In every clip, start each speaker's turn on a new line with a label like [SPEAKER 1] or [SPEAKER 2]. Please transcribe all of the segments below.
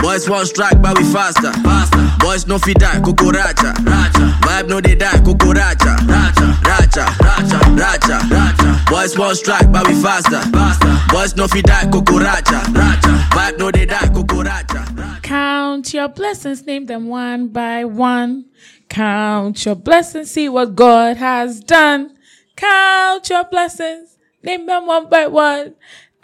[SPEAKER 1] Boys want strike, but we faster. faster. Boys no fi die, cucuracha. Racha. Vibe no they die, cucuracha. Racha. Racha. Racha. Racha. Racha. Boys want strike, but we faster. faster. Boys no fi die, cucuracha. Racha. Vibe no they die, cucuracha.
[SPEAKER 2] Count your blessings, name them one by one. Count your blessings, see what God has done. Count your blessings, name them one by one.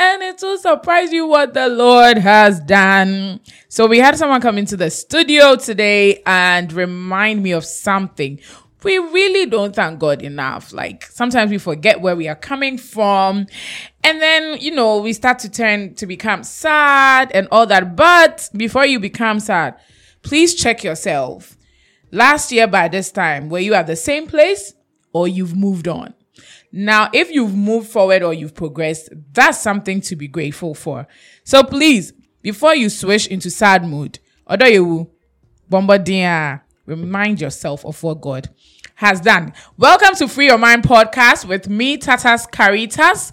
[SPEAKER 2] And it will surprise you what the Lord has done. So we had someone come into the studio today and remind me of something. We really don't thank God enough. Like sometimes we forget where we are coming from. And then, you know, we start to turn to become sad and all that. But before you become sad, please check yourself. Last year by this time, were you at the same place or you've moved on? Now, if you've moved forward or you've progressed, that's something to be grateful for. So please, before you switch into sad mood, odoyewu, bombardier, remind yourself of what God has done. Welcome to Free Your Mind podcast with me, Tatas Caritas.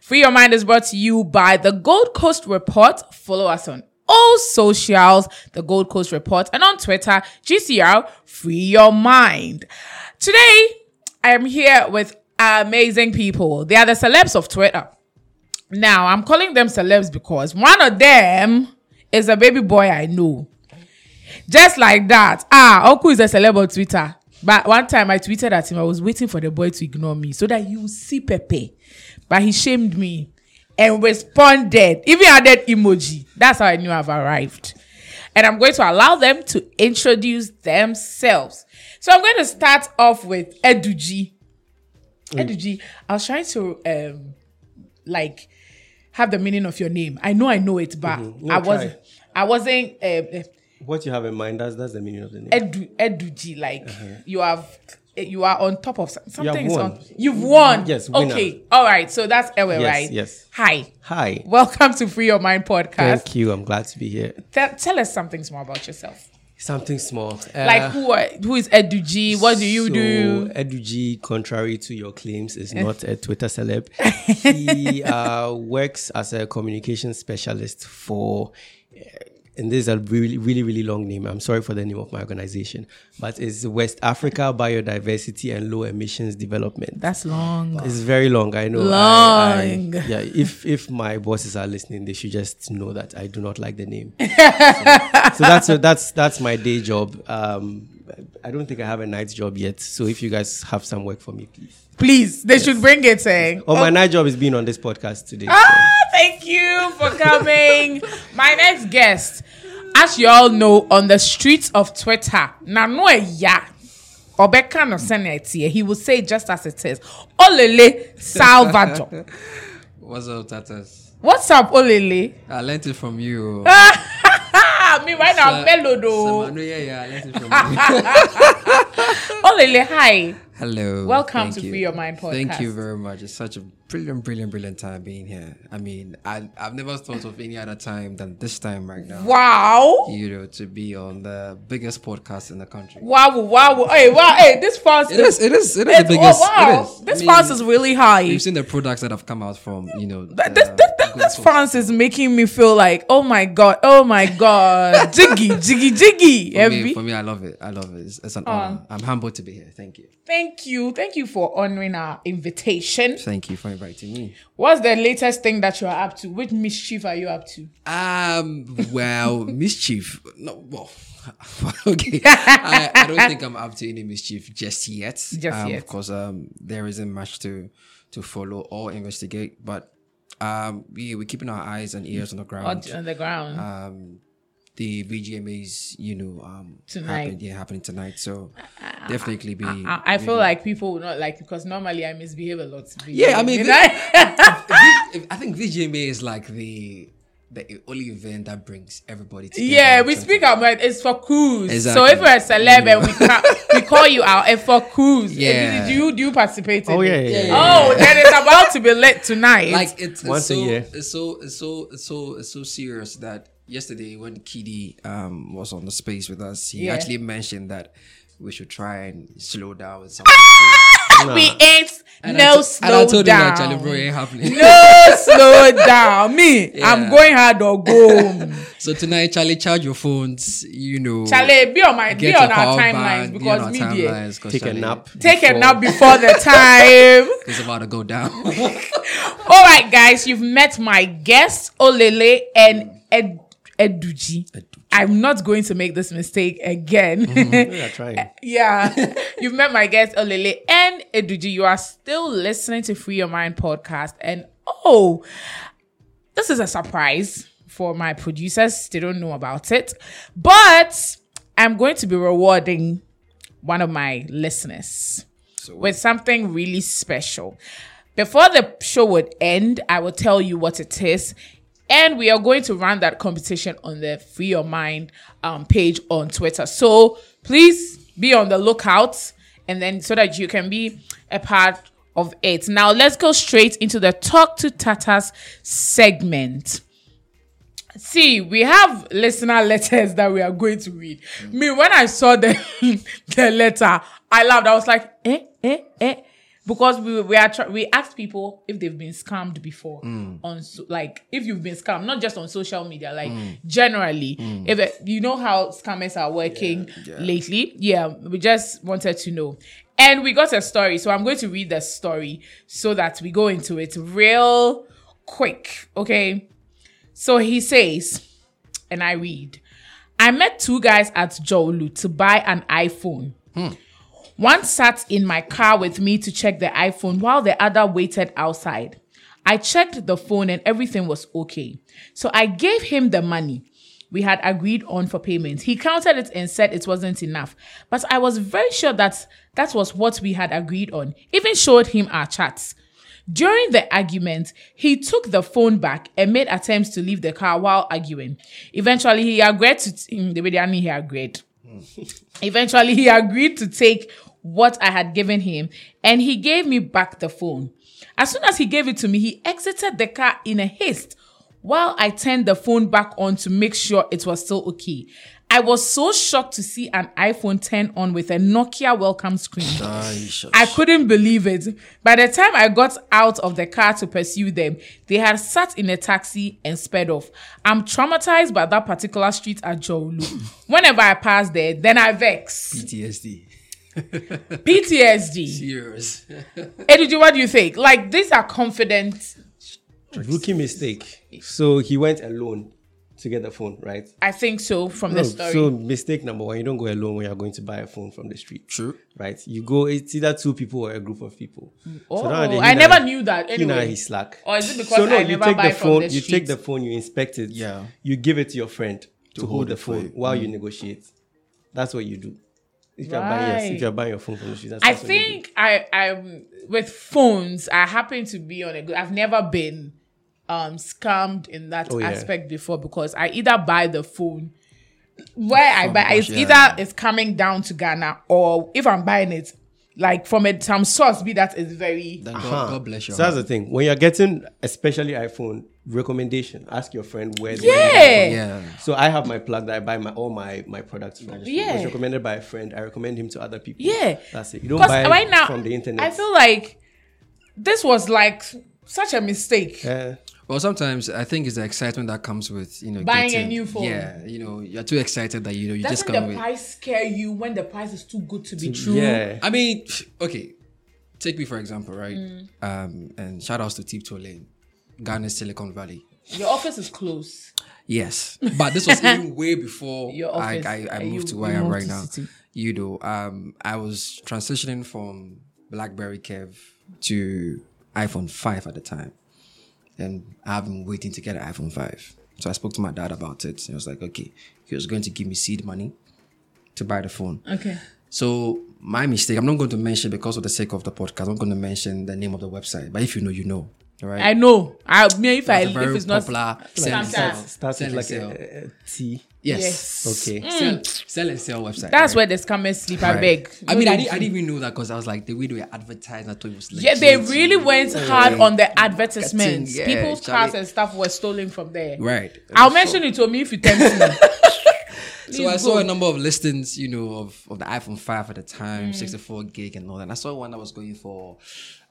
[SPEAKER 2] Free Your Mind is brought to you by the Gold Coast Report. Follow us on all socials, the Gold Coast Report, and on Twitter, GCR Free Your Mind. Today, I am here with amazing people. They are the celebs of Twitter. Now, I'm calling them celebs because one of them is a baby boy I know. Just like that. Ah, Oku is a celeb on Twitter. But one time I tweeted at him, I was waiting for the boy to ignore me so that he would see Pepe. But he shamed me and responded, even added emoji. That's how I knew I've arrived. And I'm going to allow them to introduce themselves. So I'm going to start off with Eduji.
[SPEAKER 3] Mm.
[SPEAKER 2] Eduji, I was trying to um like have the meaning of your name. I know I know it, but
[SPEAKER 3] Mhm. No,
[SPEAKER 2] I
[SPEAKER 3] try.
[SPEAKER 2] wasn't I wasn't um,
[SPEAKER 3] What you have in mind, that's, that's the meaning of the name.
[SPEAKER 2] edu eduji like you have you are on top of some- something is
[SPEAKER 3] Uh-huh. won.
[SPEAKER 2] on you've won
[SPEAKER 3] Yes, winner.
[SPEAKER 2] okay all right so that's Ewe,
[SPEAKER 3] Yes,
[SPEAKER 2] right
[SPEAKER 3] yes.
[SPEAKER 2] hi
[SPEAKER 3] Hi.
[SPEAKER 2] welcome to free your mind podcast
[SPEAKER 3] Thank you. I'm glad to be here.
[SPEAKER 2] Tell tell us something small about yourself
[SPEAKER 3] Something small. Uh,
[SPEAKER 2] like who are, who is eduji what do you do Eh.
[SPEAKER 3] Eduji, contrary to your claims, is not a Twitter celeb. he uh, works as a communication specialist for, uh, and this is a really, really, really long name. I'm sorry for the name of my organization, but it's West Africa Biodiversity and Low Emissions Development.
[SPEAKER 2] that's long
[SPEAKER 3] It's very long, I know. I-
[SPEAKER 2] Long.
[SPEAKER 3] I, yeah, if if my bosses are listening, they should just know that I do not like the name. so, so that's that's that's my day job. Um, I don't think I have a night job yet. So if you guys have some work for me, please.
[SPEAKER 2] please they should bring it eh?
[SPEAKER 3] Oh, my night job is being on this podcast today.
[SPEAKER 2] Ah, thank you for coming. My next guest, as you all know, on the streets of Twitter, Nano ya. Obeka no senate he will say it just as it is. Olele Salvador.
[SPEAKER 4] What's up, Tatas?
[SPEAKER 2] What's up, Olele? Ah,
[SPEAKER 4] I learnt it from you. oh.
[SPEAKER 2] Me right now, oh.
[SPEAKER 4] Sa-
[SPEAKER 2] mellow
[SPEAKER 4] Sa-
[SPEAKER 2] though.
[SPEAKER 4] no, yeah, yeah, I learnt it from you.
[SPEAKER 2] Olele, hi.
[SPEAKER 4] Hello.
[SPEAKER 2] Welcome
[SPEAKER 4] thank
[SPEAKER 2] to
[SPEAKER 4] you.
[SPEAKER 2] Free Your Mind
[SPEAKER 4] Thank you
[SPEAKER 2] podcast.
[SPEAKER 4] very much. It's such a brilliant, brilliant, brilliant time being here. I mean, I, I've never thought of any other time than this time right now.
[SPEAKER 2] Wow.
[SPEAKER 4] You know, to be on the biggest podcast in the country.
[SPEAKER 2] Wow, wow. Hey, wow. Hey, this fast
[SPEAKER 4] It is, it is, it is the
[SPEAKER 2] It's,
[SPEAKER 4] biggest.
[SPEAKER 2] oh, wow.
[SPEAKER 4] It is. I
[SPEAKER 2] This
[SPEAKER 4] mean,
[SPEAKER 2] fast is really high.
[SPEAKER 4] You've seen the products that have come out from, you know. uh,
[SPEAKER 2] Th- this, this, this, this France is making me feel like, oh my god, oh my god, jiggy, jiggy, jiggy.
[SPEAKER 4] for me,
[SPEAKER 2] Every,
[SPEAKER 4] for me, I love it. I love it. It's, it's an
[SPEAKER 2] Uh-huh.
[SPEAKER 4] honor. I'm humbled to be here. Thank you.
[SPEAKER 2] thank you, thank you for honoring our invitation.
[SPEAKER 4] Thank you for inviting me.
[SPEAKER 2] What's the latest thing that you are up to? Which mischief are you up to?
[SPEAKER 4] Um. Well, mischief. No. Well. okay. I, I don't think I'm up to any mischief just yet. Just
[SPEAKER 2] yet.
[SPEAKER 4] Because um, there isn't much to to follow or investigate. But um, we we're keeping our eyes and ears on the
[SPEAKER 2] On,
[SPEAKER 4] ground.
[SPEAKER 2] on the ground.
[SPEAKER 4] Um, the VGMAs, you know, um,
[SPEAKER 2] Tonight.
[SPEAKER 4] Happened, yeah, happening tonight. So definitely be.
[SPEAKER 2] I, I feel like people will not like because normally I misbehave a lot.
[SPEAKER 4] Yeah, I mean,
[SPEAKER 2] You
[SPEAKER 4] the-
[SPEAKER 2] know?
[SPEAKER 4] V- I think VGMA is like the the only event that brings everybody together.
[SPEAKER 2] yeah,
[SPEAKER 4] in
[SPEAKER 2] we
[SPEAKER 4] terms of-
[SPEAKER 2] speak our mind. It's for cruise. So
[SPEAKER 4] Exactly.
[SPEAKER 2] if you're a celeb and we can we call you out, it's for cruise.
[SPEAKER 4] Yeah.
[SPEAKER 2] Do you do you participate? In
[SPEAKER 3] Oh, yeah,
[SPEAKER 2] it?
[SPEAKER 3] yeah, yeah,
[SPEAKER 2] Oh, then it's about to be lit tonight.
[SPEAKER 4] like it's, it's
[SPEAKER 3] Once a
[SPEAKER 4] so,
[SPEAKER 3] year.
[SPEAKER 4] It's so it's so it's so it's so serious that yesterday when Kidi um was on the space with us, he
[SPEAKER 2] Yeah.
[SPEAKER 4] actually mentioned that we should try and slow down with some. of the food."
[SPEAKER 2] We ain't
[SPEAKER 4] And I
[SPEAKER 2] no
[SPEAKER 4] to-
[SPEAKER 2] slow
[SPEAKER 4] And I told him
[SPEAKER 2] down.
[SPEAKER 4] that Charlie bro eh? it ain't happening.
[SPEAKER 2] no slow down. Me, I'm going hard or go. home.
[SPEAKER 4] So tonight, Charlie, charge your phones. You know,
[SPEAKER 2] Charlie, be on my
[SPEAKER 4] get
[SPEAKER 2] be on
[SPEAKER 4] your
[SPEAKER 2] our
[SPEAKER 4] power
[SPEAKER 2] timelines
[SPEAKER 4] bank, be on
[SPEAKER 2] because
[SPEAKER 4] our
[SPEAKER 2] me dear.
[SPEAKER 4] timelines, 'cause
[SPEAKER 3] Take a
[SPEAKER 4] Charlie
[SPEAKER 3] nap.
[SPEAKER 2] Take it
[SPEAKER 3] before-
[SPEAKER 2] now before the time.
[SPEAKER 4] is about to go down.
[SPEAKER 2] All right, guys, you've met my guest Olele and Ed Eduji. I'm not going to make this mistake again.
[SPEAKER 4] Mm-hmm.
[SPEAKER 3] We are trying.
[SPEAKER 2] Yeah, you've met my guest Olele and Eduji. You are still listening to Free Your Mind podcast, and oh, this is a surprise for my producers. They don't know about it, but I'm going to be rewarding one of my listeners with something really special. Before the show would end, I will tell you what it is. And we are going to run that competition on the Free Your Mind um, page on Twitter. So please be on the lookout and then so that you can be a part of it. Now let's go straight into the Talk to Tatas segment. See, we have listener letters that we are going to read. Me, when I saw the the letter, I laughed. I was like, eh, eh, eh, because we we are try- we asked people if they've been scammed before on so- like if you've been scammed, not just on social media, like generally. If it, you know how scammers are working lately, yeah, we just wanted to know. And we got a story, so I'm going to read the story so that we go into it real quick, okay? So he says, and I read, I met two guys at Jolu to buy an iPhone. One sat in my car with me to check the iPhone while the other waited outside. I checked the phone and everything was okay. So I gave him the money we had agreed on for payment. He counted it and said it wasn't enough. But I was very sure that that was what we had agreed on. Even showed him our chats. During the argument, he took the phone back and made attempts to leave the car while arguing. Eventually, he agreed to mm, the way they are, he agreed. Eventually, he agreed to take what I had given him and he gave me back the phone. As soon as he gave it to me, he exited the car in a haste while I turned the phone back on to make sure it was still okay. I was so shocked to see an iPhone 10 on with a Nokia welcome screen. I couldn't believe it. By the time I got out of the car to pursue them, they had sat in a taxi and sped off. I'm traumatized by that particular street at Jolu. Whenever I pass there, then I vex.
[SPEAKER 4] PTSD.
[SPEAKER 2] PTSD.
[SPEAKER 4] Years.
[SPEAKER 2] Eduji, what do you think? Like, these are confident.
[SPEAKER 3] Rookie mistake. So he went alone to get the phone, right?
[SPEAKER 2] I think so from the
[SPEAKER 3] No,
[SPEAKER 2] story.
[SPEAKER 3] Oh, so mistake number one, you don't go alone when you're going to buy a phone from the street.
[SPEAKER 4] True.
[SPEAKER 3] Right? You go it's either two people or a group of people.
[SPEAKER 2] oh,
[SPEAKER 3] nowadays,
[SPEAKER 2] I
[SPEAKER 3] he
[SPEAKER 2] never
[SPEAKER 3] now-
[SPEAKER 2] knew that.
[SPEAKER 3] he now
[SPEAKER 2] Anyway.
[SPEAKER 3] he's slack.
[SPEAKER 2] Or is it because
[SPEAKER 3] so no,
[SPEAKER 2] I
[SPEAKER 3] you
[SPEAKER 2] never
[SPEAKER 3] take
[SPEAKER 2] buy
[SPEAKER 3] the
[SPEAKER 2] from
[SPEAKER 3] phone,
[SPEAKER 2] the
[SPEAKER 3] you take
[SPEAKER 2] street?
[SPEAKER 3] the phone, you inspect it,
[SPEAKER 4] Yeah.
[SPEAKER 3] you give it to your friend to, hold,
[SPEAKER 4] hold
[SPEAKER 3] the
[SPEAKER 4] it for
[SPEAKER 3] phone Mm.
[SPEAKER 4] you.
[SPEAKER 3] while you negotiate. That's what you do. If you're buying yes,
[SPEAKER 2] Right.
[SPEAKER 3] if you're buying your phone from the street, that's,
[SPEAKER 2] I
[SPEAKER 3] that's what you do.
[SPEAKER 2] think I I'm with phones. I happen to be on a good. I've never been um scammed in that
[SPEAKER 3] Oh, yeah.
[SPEAKER 2] aspect before because I either buy the phone where I buy it's
[SPEAKER 4] yeah.
[SPEAKER 2] either it's coming down to Ghana or if I'm buying it like from a some source be that is very
[SPEAKER 4] Then God,
[SPEAKER 3] Huh.
[SPEAKER 4] God bless you.
[SPEAKER 3] So that's the thing. When you're getting, especially iPhone, recommendation, ask your friend where. they-
[SPEAKER 2] yeah.
[SPEAKER 4] yeah.
[SPEAKER 3] So I have my plug that I buy my all my my products from.
[SPEAKER 2] Yeah.
[SPEAKER 3] It was recommended by a friend. I recommend him to other people.
[SPEAKER 2] Yeah.
[SPEAKER 3] That's it. You don't
[SPEAKER 2] Because
[SPEAKER 3] buy
[SPEAKER 2] right now
[SPEAKER 3] from the internet.
[SPEAKER 2] I feel like this was like such a mistake.
[SPEAKER 3] Eh,
[SPEAKER 4] Well, sometimes I think it's the excitement that comes with you know
[SPEAKER 2] Buying a
[SPEAKER 4] getting-
[SPEAKER 2] new phone.
[SPEAKER 4] Yeah, you know, you're too excited that you know you just
[SPEAKER 2] Doesn't
[SPEAKER 4] can't
[SPEAKER 2] the
[SPEAKER 4] wait.
[SPEAKER 2] price scare you when the price is too good to be true?
[SPEAKER 3] yeah.
[SPEAKER 4] I mean, okay, take me for example, right?
[SPEAKER 2] Mm.
[SPEAKER 4] Um, and shout outs to Tip Tolane, Ghana's Silicon Valley.
[SPEAKER 2] Your office is close.
[SPEAKER 4] Yes, but this was even way before
[SPEAKER 2] Your
[SPEAKER 4] I,
[SPEAKER 2] office,
[SPEAKER 4] I, I
[SPEAKER 2] uh,
[SPEAKER 4] moved
[SPEAKER 2] you-
[SPEAKER 4] to where
[SPEAKER 2] you
[SPEAKER 4] I am
[SPEAKER 2] moved
[SPEAKER 4] right
[SPEAKER 2] to
[SPEAKER 4] now.
[SPEAKER 2] city.
[SPEAKER 4] You know, um, I was transitioning from BlackBerry Kev to iPhone 5 at the time, and I've been waiting to get an iPhone 5. So I spoke to my dad about it. He was like, okay, he was going to give me seed money to buy the phone.
[SPEAKER 2] Okay.
[SPEAKER 4] So my mistake. I'm not going to mention because of the sake of the podcast. I'm not going to mention the name of the website. But if you know, you know, all right?
[SPEAKER 2] I know. I mean, if I
[SPEAKER 4] It's a
[SPEAKER 2] if
[SPEAKER 4] very
[SPEAKER 2] it's not
[SPEAKER 4] popular sell and
[SPEAKER 2] Samsung.
[SPEAKER 4] sell.
[SPEAKER 3] Starts with
[SPEAKER 4] Sell and
[SPEAKER 3] like
[SPEAKER 4] sell.
[SPEAKER 3] a, a, a T.
[SPEAKER 4] Yes.
[SPEAKER 3] Okay.
[SPEAKER 4] Sell, sell and sell website.
[SPEAKER 2] that's
[SPEAKER 4] right?
[SPEAKER 2] where the scammers sleep. I
[SPEAKER 4] Right.
[SPEAKER 2] beg.
[SPEAKER 4] I
[SPEAKER 2] No,
[SPEAKER 4] mean, I
[SPEAKER 2] they-
[SPEAKER 4] didn't, I didn't even know that because I was like, the way they were advertising, I thought it was like.
[SPEAKER 2] Yeah, they really went hard on the advertisements.
[SPEAKER 4] yeah,
[SPEAKER 2] People's
[SPEAKER 4] Charlie.
[SPEAKER 2] cars and stuff were stolen from there.
[SPEAKER 4] Right.
[SPEAKER 2] I'll mention it to me if you tempt me.
[SPEAKER 4] so I saw a number of listings, you know, of, of the iPhone 5 at the time,
[SPEAKER 2] Mm.
[SPEAKER 4] 64 gig and all that. And I saw one that was going for,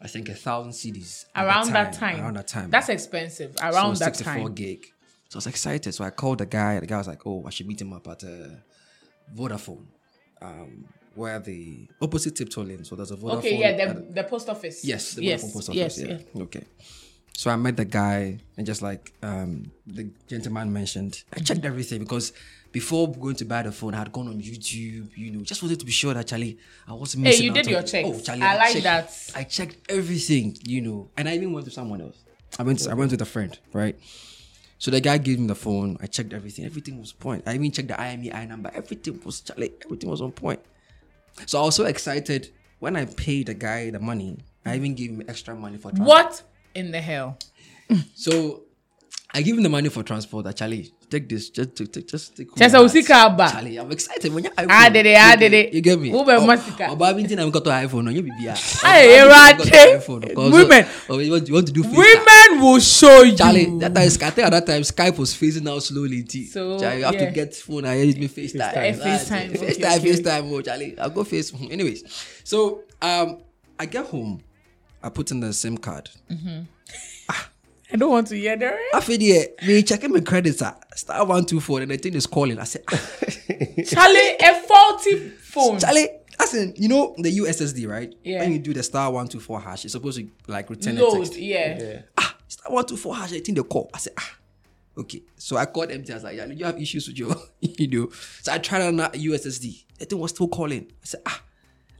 [SPEAKER 4] I think, a thousand CDs at the
[SPEAKER 2] around that time.
[SPEAKER 4] Around that time.
[SPEAKER 2] That's expensive. Around
[SPEAKER 4] so
[SPEAKER 2] that
[SPEAKER 4] 64
[SPEAKER 2] time.
[SPEAKER 4] gig. So I was excited. So I called the guy. The guy was like, "Oh, I should meet him up at uh, Vodafone, um, where the opposite Tiptoe Lane. So there's a Vodafone.
[SPEAKER 2] Okay, yeah,
[SPEAKER 4] at-
[SPEAKER 2] the, the post office.
[SPEAKER 4] uh, Yes, the
[SPEAKER 2] yes,
[SPEAKER 4] Vodafone post
[SPEAKER 2] yes,
[SPEAKER 4] office. yeah.
[SPEAKER 2] yeah.
[SPEAKER 4] Okay. So I met the guy, and just like um, the gentleman mentioned, I checked everything because before going to buy the phone, I had gone on YouTube, you know, just wanted to be sure that Charlie, I wasn't missing
[SPEAKER 2] you
[SPEAKER 4] out
[SPEAKER 2] did
[SPEAKER 4] on-
[SPEAKER 2] your checks.
[SPEAKER 4] Oh, Charlie,
[SPEAKER 2] I like
[SPEAKER 4] checked-
[SPEAKER 2] that.
[SPEAKER 4] I checked everything, you know, and I even went to someone else. I went, I went with a friend, right? So the guy gave me the phone. I checked everything. Everything was point. I even checked the IMEI number. Everything was Charlie. Everything was on point. So I was so excited when I paid the guy the money. I even gave him extra money for transport.
[SPEAKER 2] What in the hell?
[SPEAKER 4] So I give him the money for transport. That Charlie, take this. Just take, take just take.
[SPEAKER 2] Just a usika aba.
[SPEAKER 4] Charlie, I'm excited. When you
[SPEAKER 2] Ah, did it, ah, did it.
[SPEAKER 4] You get me.
[SPEAKER 2] Ube masika.
[SPEAKER 4] Oh, but I've been got to iPhone. no, You be ah. beer.
[SPEAKER 2] Hey, Rache. Women.
[SPEAKER 4] Oh, you want you want to do face time.
[SPEAKER 2] Women will show you.
[SPEAKER 4] Charlie, that time, I think at that time Skype was phasing out slowly. T.
[SPEAKER 2] Hmm. So,
[SPEAKER 4] Charlie, you have
[SPEAKER 2] yeah.
[SPEAKER 4] to get phone and use me FaceTime.
[SPEAKER 2] FaceTime.
[SPEAKER 4] That's it.
[SPEAKER 2] FaceTime, okay,
[SPEAKER 4] FaceTime,
[SPEAKER 2] okay.
[SPEAKER 4] FaceTime. Oh, Charlie, I'll go Face. Anyways, so um, I get home, I put in the SIM card.
[SPEAKER 2] I don't want to hear the rest.
[SPEAKER 4] After the me checking my credits, ah, star one two four, and the thing is calling. I said, ah,
[SPEAKER 2] Charlie, a faulty phone.
[SPEAKER 4] Charlie. As in, you know the USSD, right?
[SPEAKER 2] Yeah.
[SPEAKER 4] When you do the star one two four hash, it's supposed to like return a
[SPEAKER 2] Load,
[SPEAKER 4] text.
[SPEAKER 2] yeah.
[SPEAKER 4] ah, it's that one two four hash. I think they call. I said, ah, okay. So I called MTS. I was like, yeah, you have issues with your, you know. So I tried on that USSD. The thing was still calling. I said, ah,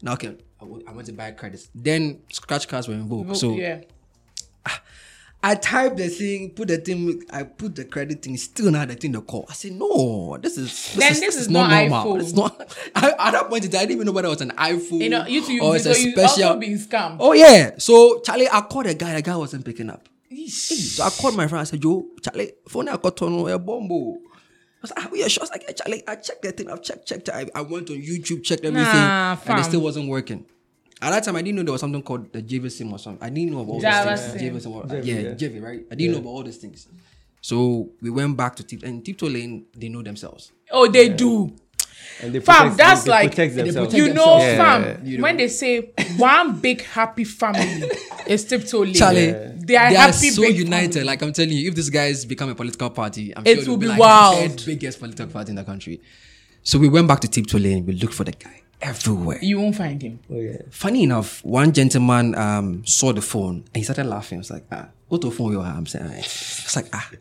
[SPEAKER 4] now okay. I wa- I want to buy credits. Then scratch cards were invoked. so
[SPEAKER 2] yeah.
[SPEAKER 4] I typed the thing, put the thing, I put the credit thing, still not the thing to call. I said, no, this is this,
[SPEAKER 2] Then
[SPEAKER 4] is,
[SPEAKER 2] this
[SPEAKER 4] this
[SPEAKER 2] is
[SPEAKER 4] is not,
[SPEAKER 2] not
[SPEAKER 4] normal.
[SPEAKER 2] iPhone.
[SPEAKER 4] It's not. I, at that point, in time, I didn't even know whether it was an iPhone
[SPEAKER 2] You know, you two, you,
[SPEAKER 4] or it's a
[SPEAKER 2] you
[SPEAKER 4] special.
[SPEAKER 2] also been scammed.
[SPEAKER 4] oh yeah. So Charlie, I called the guy. The guy wasn't picking up.
[SPEAKER 2] Yeesh.
[SPEAKER 4] So I called my friend. I said, Yo, Charlie, phone I got on a bombo. I was like, ah, we are sure. I was like, "Yeah, Charlie, I checked that thing. I've checked, checked. I, I went on YouTube, checked everything,
[SPEAKER 2] Nah,
[SPEAKER 4] and it
[SPEAKER 2] fam.
[SPEAKER 4] still wasn't working. At that time, I didn't know there was something called the JV sim or something. I didn't know about all
[SPEAKER 2] Java
[SPEAKER 4] these things.
[SPEAKER 2] sim.
[SPEAKER 4] JV sim or-
[SPEAKER 3] JV,
[SPEAKER 4] yeah,
[SPEAKER 3] yeah.
[SPEAKER 4] JV, right? I didn't know about all these things. So we went back to Tip and Tiptoe Lane. They know themselves.
[SPEAKER 2] Oh, they do.
[SPEAKER 3] And they
[SPEAKER 2] Fam,
[SPEAKER 3] protect-
[SPEAKER 2] that's
[SPEAKER 3] they
[SPEAKER 2] like-
[SPEAKER 3] protect
[SPEAKER 4] they
[SPEAKER 3] themselves.
[SPEAKER 4] protect
[SPEAKER 2] You know,
[SPEAKER 4] themselves.
[SPEAKER 3] Yeah.
[SPEAKER 2] fam,
[SPEAKER 4] You know.
[SPEAKER 2] when they say one big happy family is tiptoe lane,
[SPEAKER 4] Charlie,
[SPEAKER 2] they are happy
[SPEAKER 4] so
[SPEAKER 2] big
[SPEAKER 4] united. Like I'm telling you, if these guys become a political party, I'm
[SPEAKER 2] It
[SPEAKER 4] sure
[SPEAKER 2] will
[SPEAKER 4] it'll be,
[SPEAKER 2] be
[SPEAKER 4] like
[SPEAKER 2] wild.
[SPEAKER 4] the third biggest political party in the country. So we went back to Tiptoe Lane. We looked for the guy everywhere.
[SPEAKER 2] You won't find him.
[SPEAKER 3] Oh, yeah.
[SPEAKER 4] Funny enough, one gentleman um, saw the phone and he started laughing. I was like, ah, what phone you are? I'm saying, aye. I was like, ah,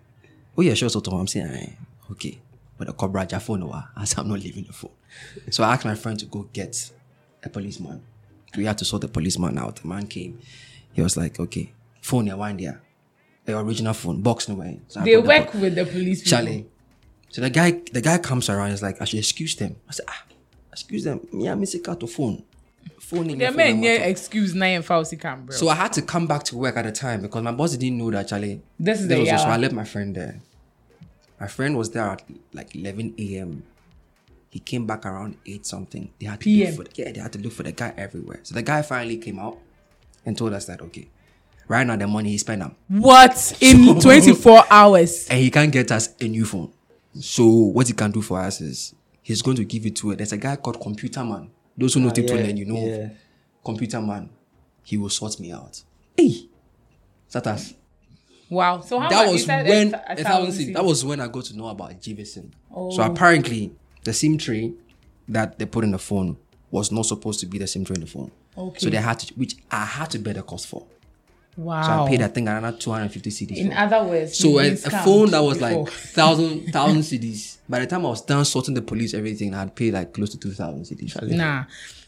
[SPEAKER 4] oh yeah, sure, so I'm saying, aye. okay. But the cobra ja phone, wa. I said, I'm not leaving the phone. So I asked my friend to go get a policeman. We had to sort the policeman out. The man came. He was like, okay, phone, yeah, one there. The original phone, box, no way. So I
[SPEAKER 2] They
[SPEAKER 4] put the
[SPEAKER 2] work
[SPEAKER 4] box-
[SPEAKER 2] with the police. people.
[SPEAKER 4] Charlie. So the guy, the guy comes around. He's like, I should excuse them. I said, ah, excuse them. Me, I miss a car to phone. Phone in
[SPEAKER 2] The
[SPEAKER 4] phone
[SPEAKER 2] men
[SPEAKER 4] number
[SPEAKER 2] yeah,
[SPEAKER 4] to-
[SPEAKER 2] excuse nine falsy cam, bro.
[SPEAKER 4] So I had to come back to work at the time because my boss didn't know that Charlie.
[SPEAKER 2] This is the
[SPEAKER 4] was- So
[SPEAKER 2] hour.
[SPEAKER 4] I left my friend there. My friend was there at like 11 a.m. He came back around 8 something. They had to
[SPEAKER 2] PM.
[SPEAKER 4] Look for, yeah, they had to look for the guy everywhere. So the guy finally came out and told us that okay, right now the money he spent on
[SPEAKER 2] what in 24 hours?
[SPEAKER 4] and he can't get us a new phone. So what he can do for us is he's going to give it to us. There's a guy called Computer Man. Those who know Tipton
[SPEAKER 3] Ah, yeah,
[SPEAKER 4] Lane, you know,
[SPEAKER 3] yeah.
[SPEAKER 4] Computer Man. He will sort me out. Hey, Satas.
[SPEAKER 2] Wow. So how
[SPEAKER 4] That
[SPEAKER 2] much
[SPEAKER 4] was
[SPEAKER 2] is that?
[SPEAKER 4] when
[SPEAKER 2] a, a
[SPEAKER 4] a thousand
[SPEAKER 2] thousand
[SPEAKER 4] sim.
[SPEAKER 2] cities?
[SPEAKER 4] That was when I got to know about JVSIM. So
[SPEAKER 2] Oh.
[SPEAKER 4] apparently, the SIM tray that they put in the phone was not supposed to be the SIM tray in the phone.
[SPEAKER 2] Okay.
[SPEAKER 4] So they had to, which I had to bear the cost for. So
[SPEAKER 2] wow.
[SPEAKER 4] I paid, I think, another 250 CDs.
[SPEAKER 2] In
[SPEAKER 4] for.
[SPEAKER 2] other words,
[SPEAKER 4] So
[SPEAKER 2] you've
[SPEAKER 4] a,
[SPEAKER 2] been
[SPEAKER 4] a
[SPEAKER 2] scammed
[SPEAKER 4] phone that was
[SPEAKER 2] before.
[SPEAKER 4] like thousand thousand CDs. By the time I was done sorting the police everything, I had paid like close to two thousand CDs.
[SPEAKER 2] nah,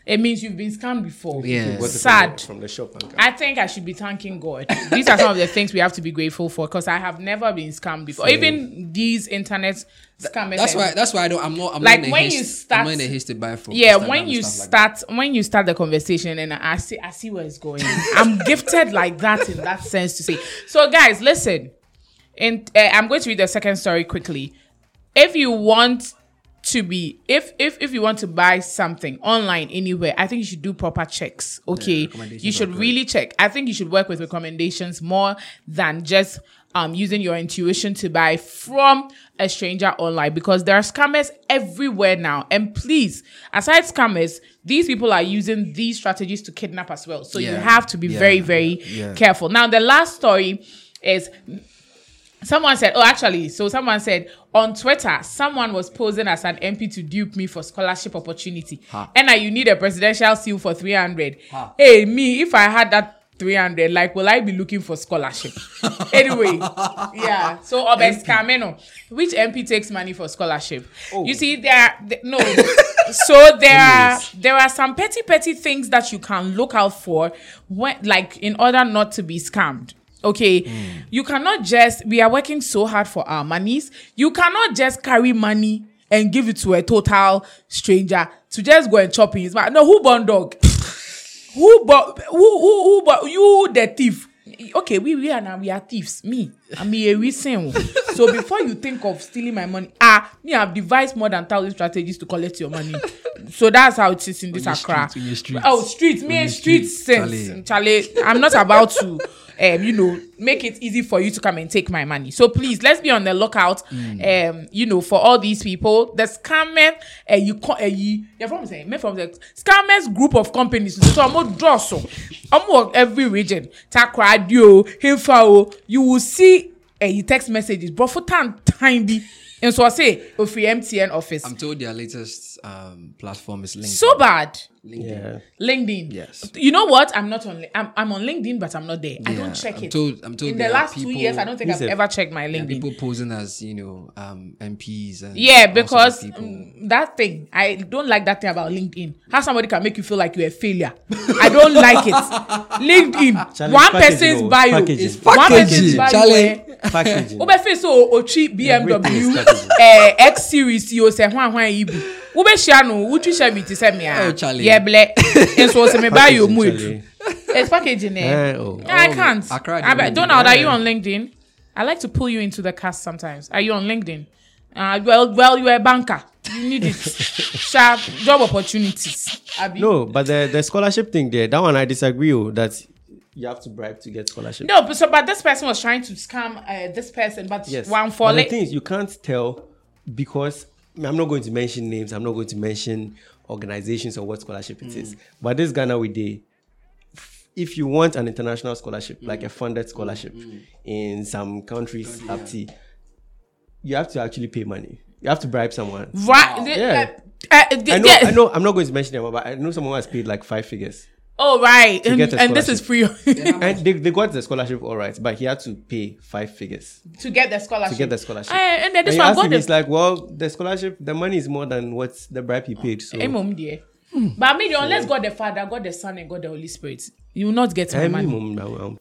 [SPEAKER 2] it means you've been scammed before.
[SPEAKER 4] Yeah.
[SPEAKER 3] What the-
[SPEAKER 2] Sad.
[SPEAKER 3] From the shop. and-
[SPEAKER 2] I think I should be thanking God. These are some of the things we have to be grateful for because I have never been scammed before. Even these internet scammers.
[SPEAKER 4] That's
[SPEAKER 2] and-
[SPEAKER 4] why. That's why I don't. I'm not. I'm
[SPEAKER 2] Like,
[SPEAKER 4] not in a
[SPEAKER 2] when
[SPEAKER 4] haste,
[SPEAKER 2] you
[SPEAKER 4] I'm
[SPEAKER 2] start-
[SPEAKER 4] not in a haste to buy from.
[SPEAKER 2] Yeah,
[SPEAKER 4] Instagram
[SPEAKER 2] when
[SPEAKER 4] and
[SPEAKER 2] you
[SPEAKER 4] stuff like that.
[SPEAKER 2] start when you start the conversation and I see I see where it's going. I'm gifted like that in that sense to say. So guys, listen. And uh, I'm going to read the second story quickly. If you want to be if if if you want to buy something online anywhere, I think you should do proper checks. Okay,
[SPEAKER 4] recommendations
[SPEAKER 2] you should
[SPEAKER 4] are good.
[SPEAKER 2] really check. I think you should work with recommendations more than just um using your intuition to buy from a stranger online because there are scammers everywhere now. And please, aside scammers, these people are using these strategies to kidnap as well. So you
[SPEAKER 4] Yeah.
[SPEAKER 2] have to be
[SPEAKER 4] Yeah.
[SPEAKER 2] very very
[SPEAKER 4] Yeah.
[SPEAKER 2] careful. Now the last story is Someone said, oh, actually, so someone said on Twitter, someone was posing as an MP to dupe me for scholarship opportunity.
[SPEAKER 4] Ha.
[SPEAKER 2] And you need a presidential seal for 300.
[SPEAKER 4] Ha.
[SPEAKER 2] Hey, me, if I had that 300, like, will I be looking for scholarship? anyway, yeah. So, Obes Kameno, which MP takes money for scholarship?
[SPEAKER 4] Oh.
[SPEAKER 2] You see, there are, th- no. so, there are, there are some petty, petty things that you can look out for when, like, in order not to be scammed. Okay,
[SPEAKER 4] Hmm.
[SPEAKER 2] you cannot just we are working so hard for our monies. You cannot just carry money and give it to a total stranger to just go and chop in his mouth. No, who born dog? who bought who who who bought you the thief? Okay, we we are now we are thieves. Me, I'm a reason. so before you think of stealing my money, ah, me I've devised more than thousand strategies to collect your money. so that's how it is in this
[SPEAKER 4] On the
[SPEAKER 2] Accra.
[SPEAKER 4] street, on the street.
[SPEAKER 2] Oh, street, me and street,
[SPEAKER 4] street,
[SPEAKER 2] sense. Charlie, I'm not about to, um, you know, make it easy for you to come and take my money. So please, let's be on the lookout, um, you know, for all these people. The scammers, uh, you, co- uh, you, you're from saying, me from the scammers group of companies. So I'm more draw so, I'm more every region. Takradio, Hifao, you will see, uh, you text messages, but for time, time be. And so I say, oh, if we MTN office,
[SPEAKER 4] I'm told their latest um, platform is LinkedIn.
[SPEAKER 2] so bad.
[SPEAKER 4] LinkedIn.
[SPEAKER 3] Yeah.
[SPEAKER 2] LinkedIn.
[SPEAKER 4] Yes.
[SPEAKER 2] You know what? I'm not on. Li- I'm, I'm on LinkedIn, but I'm not there. I
[SPEAKER 4] Yeah,
[SPEAKER 2] don't check
[SPEAKER 4] I'm
[SPEAKER 2] it.
[SPEAKER 4] told- I'm told
[SPEAKER 2] In the
[SPEAKER 4] there are
[SPEAKER 2] last two
[SPEAKER 4] people-
[SPEAKER 2] years, I don't think I've
[SPEAKER 3] Listen.
[SPEAKER 2] ever checked my LinkedIn.
[SPEAKER 4] People posing as you know um, MPs and
[SPEAKER 2] yeah,
[SPEAKER 4] all sorts of
[SPEAKER 2] because
[SPEAKER 4] people.
[SPEAKER 2] mm, that thing, I don't like that thing about LinkedIn. How somebody can make you feel like you're a failure. I don't like it. LinkedIn.
[SPEAKER 3] Charlie,
[SPEAKER 2] one
[SPEAKER 3] packaging,
[SPEAKER 2] person's
[SPEAKER 3] oh,
[SPEAKER 2] bio.
[SPEAKER 3] packaging. It's
[SPEAKER 2] One person's
[SPEAKER 4] packaging,
[SPEAKER 2] bio.
[SPEAKER 4] Charlie.
[SPEAKER 2] eh,
[SPEAKER 3] Packaging.
[SPEAKER 2] wobɛfi so otwi
[SPEAKER 3] Everything is
[SPEAKER 2] bmw
[SPEAKER 3] packaging.
[SPEAKER 2] eh, x series yi o sɛ hwan hwan yi bi wobɛhyia no wotwi hyɛ bi te sɛ mea
[SPEAKER 4] Oh, Charlie.
[SPEAKER 2] yɛblɛ nso sɛ me ba yɛ
[SPEAKER 3] Packaging,
[SPEAKER 2] omu edu
[SPEAKER 3] Charlie.
[SPEAKER 2] it's packaging eh
[SPEAKER 3] Eh, oh.
[SPEAKER 2] No, I can't
[SPEAKER 4] I cried
[SPEAKER 2] I
[SPEAKER 4] on
[SPEAKER 2] bet
[SPEAKER 4] LinkedIn.
[SPEAKER 2] Donald are you on LinkedIn I like to pull you into the cast sometimes are you on LinkedIn uh, well well you are a banker you need it sharp job opportunities abi
[SPEAKER 3] No, but the, the scholarship thing there, that one I disagree with. That you have to bribe to get scholarship.
[SPEAKER 2] no but, so, but this person was trying to scam uh, this person but
[SPEAKER 3] Yes.
[SPEAKER 2] one for
[SPEAKER 3] but the
[SPEAKER 2] late
[SPEAKER 3] thing is, you can't tell because I'm not going to mention names. I'm not going to mention organizations or what scholarship it
[SPEAKER 2] Mm.
[SPEAKER 3] is. But this Ghana we day, if you want an international scholarship,
[SPEAKER 2] Mm.
[SPEAKER 3] like a funded scholarship in some countries, up to, you have to actually pay money. You have to bribe someone.
[SPEAKER 2] right the-
[SPEAKER 3] Yeah.
[SPEAKER 2] uh, uh, the-
[SPEAKER 3] I know,
[SPEAKER 2] yeah.
[SPEAKER 3] I know. I'm not going to mention them, but I know someone has paid like five figures,
[SPEAKER 2] Oh right, and,
[SPEAKER 3] get a
[SPEAKER 2] and this is free
[SPEAKER 3] and they, they got the scholarship all right, but he had to pay five figures.
[SPEAKER 2] to get the scholarship.
[SPEAKER 3] to get the scholarship.
[SPEAKER 2] Eh, and then this
[SPEAKER 3] you
[SPEAKER 2] one
[SPEAKER 3] ask
[SPEAKER 2] got
[SPEAKER 3] him,
[SPEAKER 2] the-
[SPEAKER 3] It's like, well, the scholarship, the money is more than what the bribe he paid. So
[SPEAKER 2] Eh, mom, dear.
[SPEAKER 3] "Hmm."
[SPEAKER 2] But I mean, unless God the Father, God the Son, and God the Holy Spirit, you will not get my
[SPEAKER 3] Eh,
[SPEAKER 2] money.
[SPEAKER 3] minimum now, um,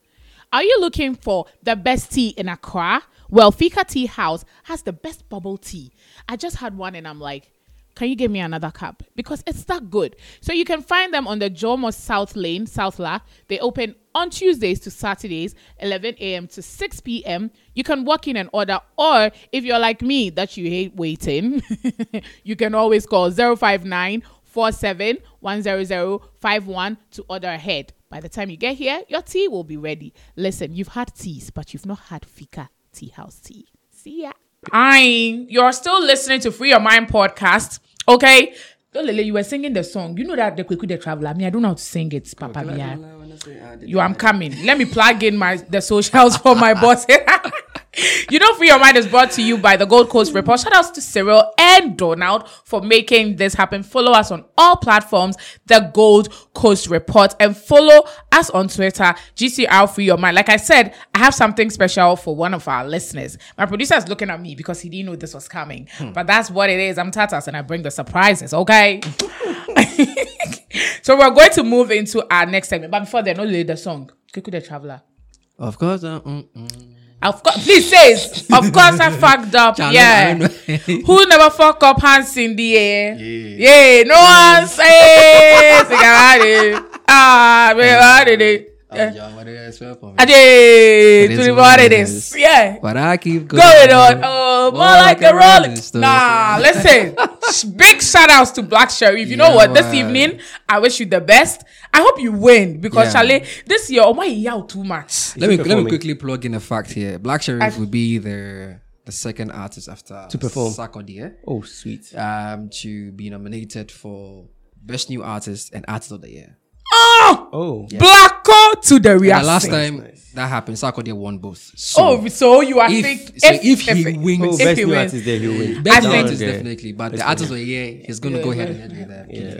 [SPEAKER 2] Are you looking for the best tea in Accra? Well, Fika Tea House has the best bubble tea. I just had one and I'm like, can you give me another cup? Because it's that good. So you can find them on the Jomo South Lane, South La. They open on Tuesdays to Saturdays, 11 a.m. to 6 p.m. You can walk in and order, or if you're like me that you hate waiting, you can always call 059 47 10051 to order ahead. By the time you get here, your tea will be ready. Listen, you've had teas, but you've not had Fika Tea House tea. See ya. I you're still listening to Free Your Mind podcast, okay? Lele, you were singing the song. You know that the Kweku the Traveler. I mean, I don't know how to sing it, Papa
[SPEAKER 4] Oh, Can I-
[SPEAKER 2] Mia.
[SPEAKER 4] can I honestly add it?
[SPEAKER 2] You, I'm coming. Let me plug in my the socials for my boss. you know, Free Your Mind is brought to you by the Gold Coast Report. Shout outs to Cyril and Donald for making this happen. Follow us on all platforms, the Gold Coast Report, and follow us on Twitter, GCR Free Your Mind. Like I said, I have something special for one of our listeners. My producer is looking at me because he didn't know this was coming. But that's what it is. I'm Tatas and I bring the surprises, okay? so we're going to move into our next segment. But before then, only the song. Kuku the Traveler.
[SPEAKER 4] Of course. Uh, mm, mm.
[SPEAKER 2] Of course, please says, of course I fucked up.
[SPEAKER 4] Channel, I
[SPEAKER 2] yeah.
[SPEAKER 4] don't know.
[SPEAKER 2] Who never fuck up hands in the air? Yeah. no one says. Ah, we are the day. Uh,
[SPEAKER 4] Oh, Yeah, what did I swear for me?
[SPEAKER 2] Ade, to
[SPEAKER 4] is
[SPEAKER 2] the
[SPEAKER 4] what
[SPEAKER 2] what it
[SPEAKER 4] it
[SPEAKER 2] is.
[SPEAKER 4] is.
[SPEAKER 2] Yeah.
[SPEAKER 4] But I keep going,
[SPEAKER 2] Going on.
[SPEAKER 4] uh,
[SPEAKER 2] Oh, more like, a rolling.
[SPEAKER 4] stone.
[SPEAKER 2] Nah, listen. Sh- Big shout outs to Black Sheriff. You know
[SPEAKER 4] Yeah,
[SPEAKER 2] what? This
[SPEAKER 4] man.
[SPEAKER 2] evening, I wish you the best. I hope you win because
[SPEAKER 4] Yeah.
[SPEAKER 2] Charlie, this year, oh my yell too much.
[SPEAKER 4] Let
[SPEAKER 3] Keep
[SPEAKER 4] me let me
[SPEAKER 3] performing.
[SPEAKER 4] quickly plug in a fact here. Black Sheriff will be the the second artist after to
[SPEAKER 3] perform.
[SPEAKER 4] Sakodie,
[SPEAKER 3] Oh, sweet.
[SPEAKER 4] um, to be nominated for best new artist and artist of the year.
[SPEAKER 2] Oh,
[SPEAKER 3] Oh,
[SPEAKER 2] Blacko to the real.
[SPEAKER 4] the last
[SPEAKER 2] thing.
[SPEAKER 4] time that happened, Sakodie won both. So
[SPEAKER 2] Oh, so you are
[SPEAKER 4] if,
[SPEAKER 2] thinking
[SPEAKER 4] so if, he wins,
[SPEAKER 3] oh
[SPEAKER 2] if
[SPEAKER 3] best
[SPEAKER 2] he
[SPEAKER 3] new
[SPEAKER 2] wins.
[SPEAKER 3] artist there, he'll win.
[SPEAKER 4] best
[SPEAKER 2] I
[SPEAKER 4] new
[SPEAKER 2] think-
[SPEAKER 4] artist
[SPEAKER 3] Okay.
[SPEAKER 4] definitely, but the artist of the year he's gonna go ahead and head with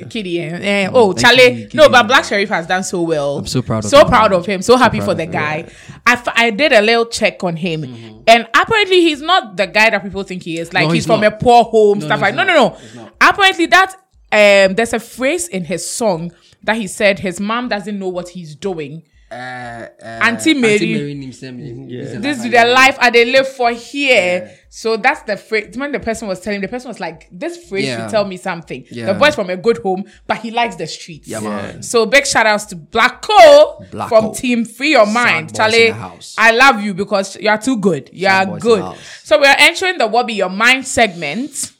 [SPEAKER 4] that.
[SPEAKER 2] Kitty, eh? eh, oh Charlie,
[SPEAKER 4] you,
[SPEAKER 2] no,
[SPEAKER 4] Kitty.
[SPEAKER 2] but Black Sheriff has done so well. I'm
[SPEAKER 4] so proud of
[SPEAKER 2] so
[SPEAKER 4] him.
[SPEAKER 2] proud of him. So happy for the guy. I, f- I did a little check on him, and apparently he's not the guy that people think he is. Like
[SPEAKER 4] Mm-hmm. No,
[SPEAKER 2] he's,
[SPEAKER 4] he's
[SPEAKER 2] from
[SPEAKER 4] not.
[SPEAKER 2] a poor home, stuff
[SPEAKER 4] no,
[SPEAKER 2] like. No,
[SPEAKER 4] he's
[SPEAKER 2] no,
[SPEAKER 4] not.
[SPEAKER 2] no. Apparently that um, there's a phrase in his song that he said his mom doesn't know what he's doing.
[SPEAKER 4] Uh, uh,
[SPEAKER 2] Auntie Mary.
[SPEAKER 4] Auntie Mary Nimsemi. This is
[SPEAKER 2] This
[SPEAKER 4] the
[SPEAKER 2] is
[SPEAKER 4] last
[SPEAKER 2] the life that they live for here. So that's the phrase. When the person was telling, the person was like, "This phrase
[SPEAKER 4] Yeah.
[SPEAKER 2] should tell me something."
[SPEAKER 4] Yeah.
[SPEAKER 2] The boy's from a good home, but he likes the streets.
[SPEAKER 4] Yeah, man.
[SPEAKER 2] So big shout outs to Blacko
[SPEAKER 4] Blacko.
[SPEAKER 2] from Team Free Your Mind.
[SPEAKER 4] boys
[SPEAKER 2] Charlie,
[SPEAKER 4] in the house.
[SPEAKER 2] I love you because you are too good. You
[SPEAKER 4] Sad
[SPEAKER 2] are
[SPEAKER 4] boys in the
[SPEAKER 2] good.
[SPEAKER 4] house.
[SPEAKER 2] So we are entering the What Be Your Mind segment.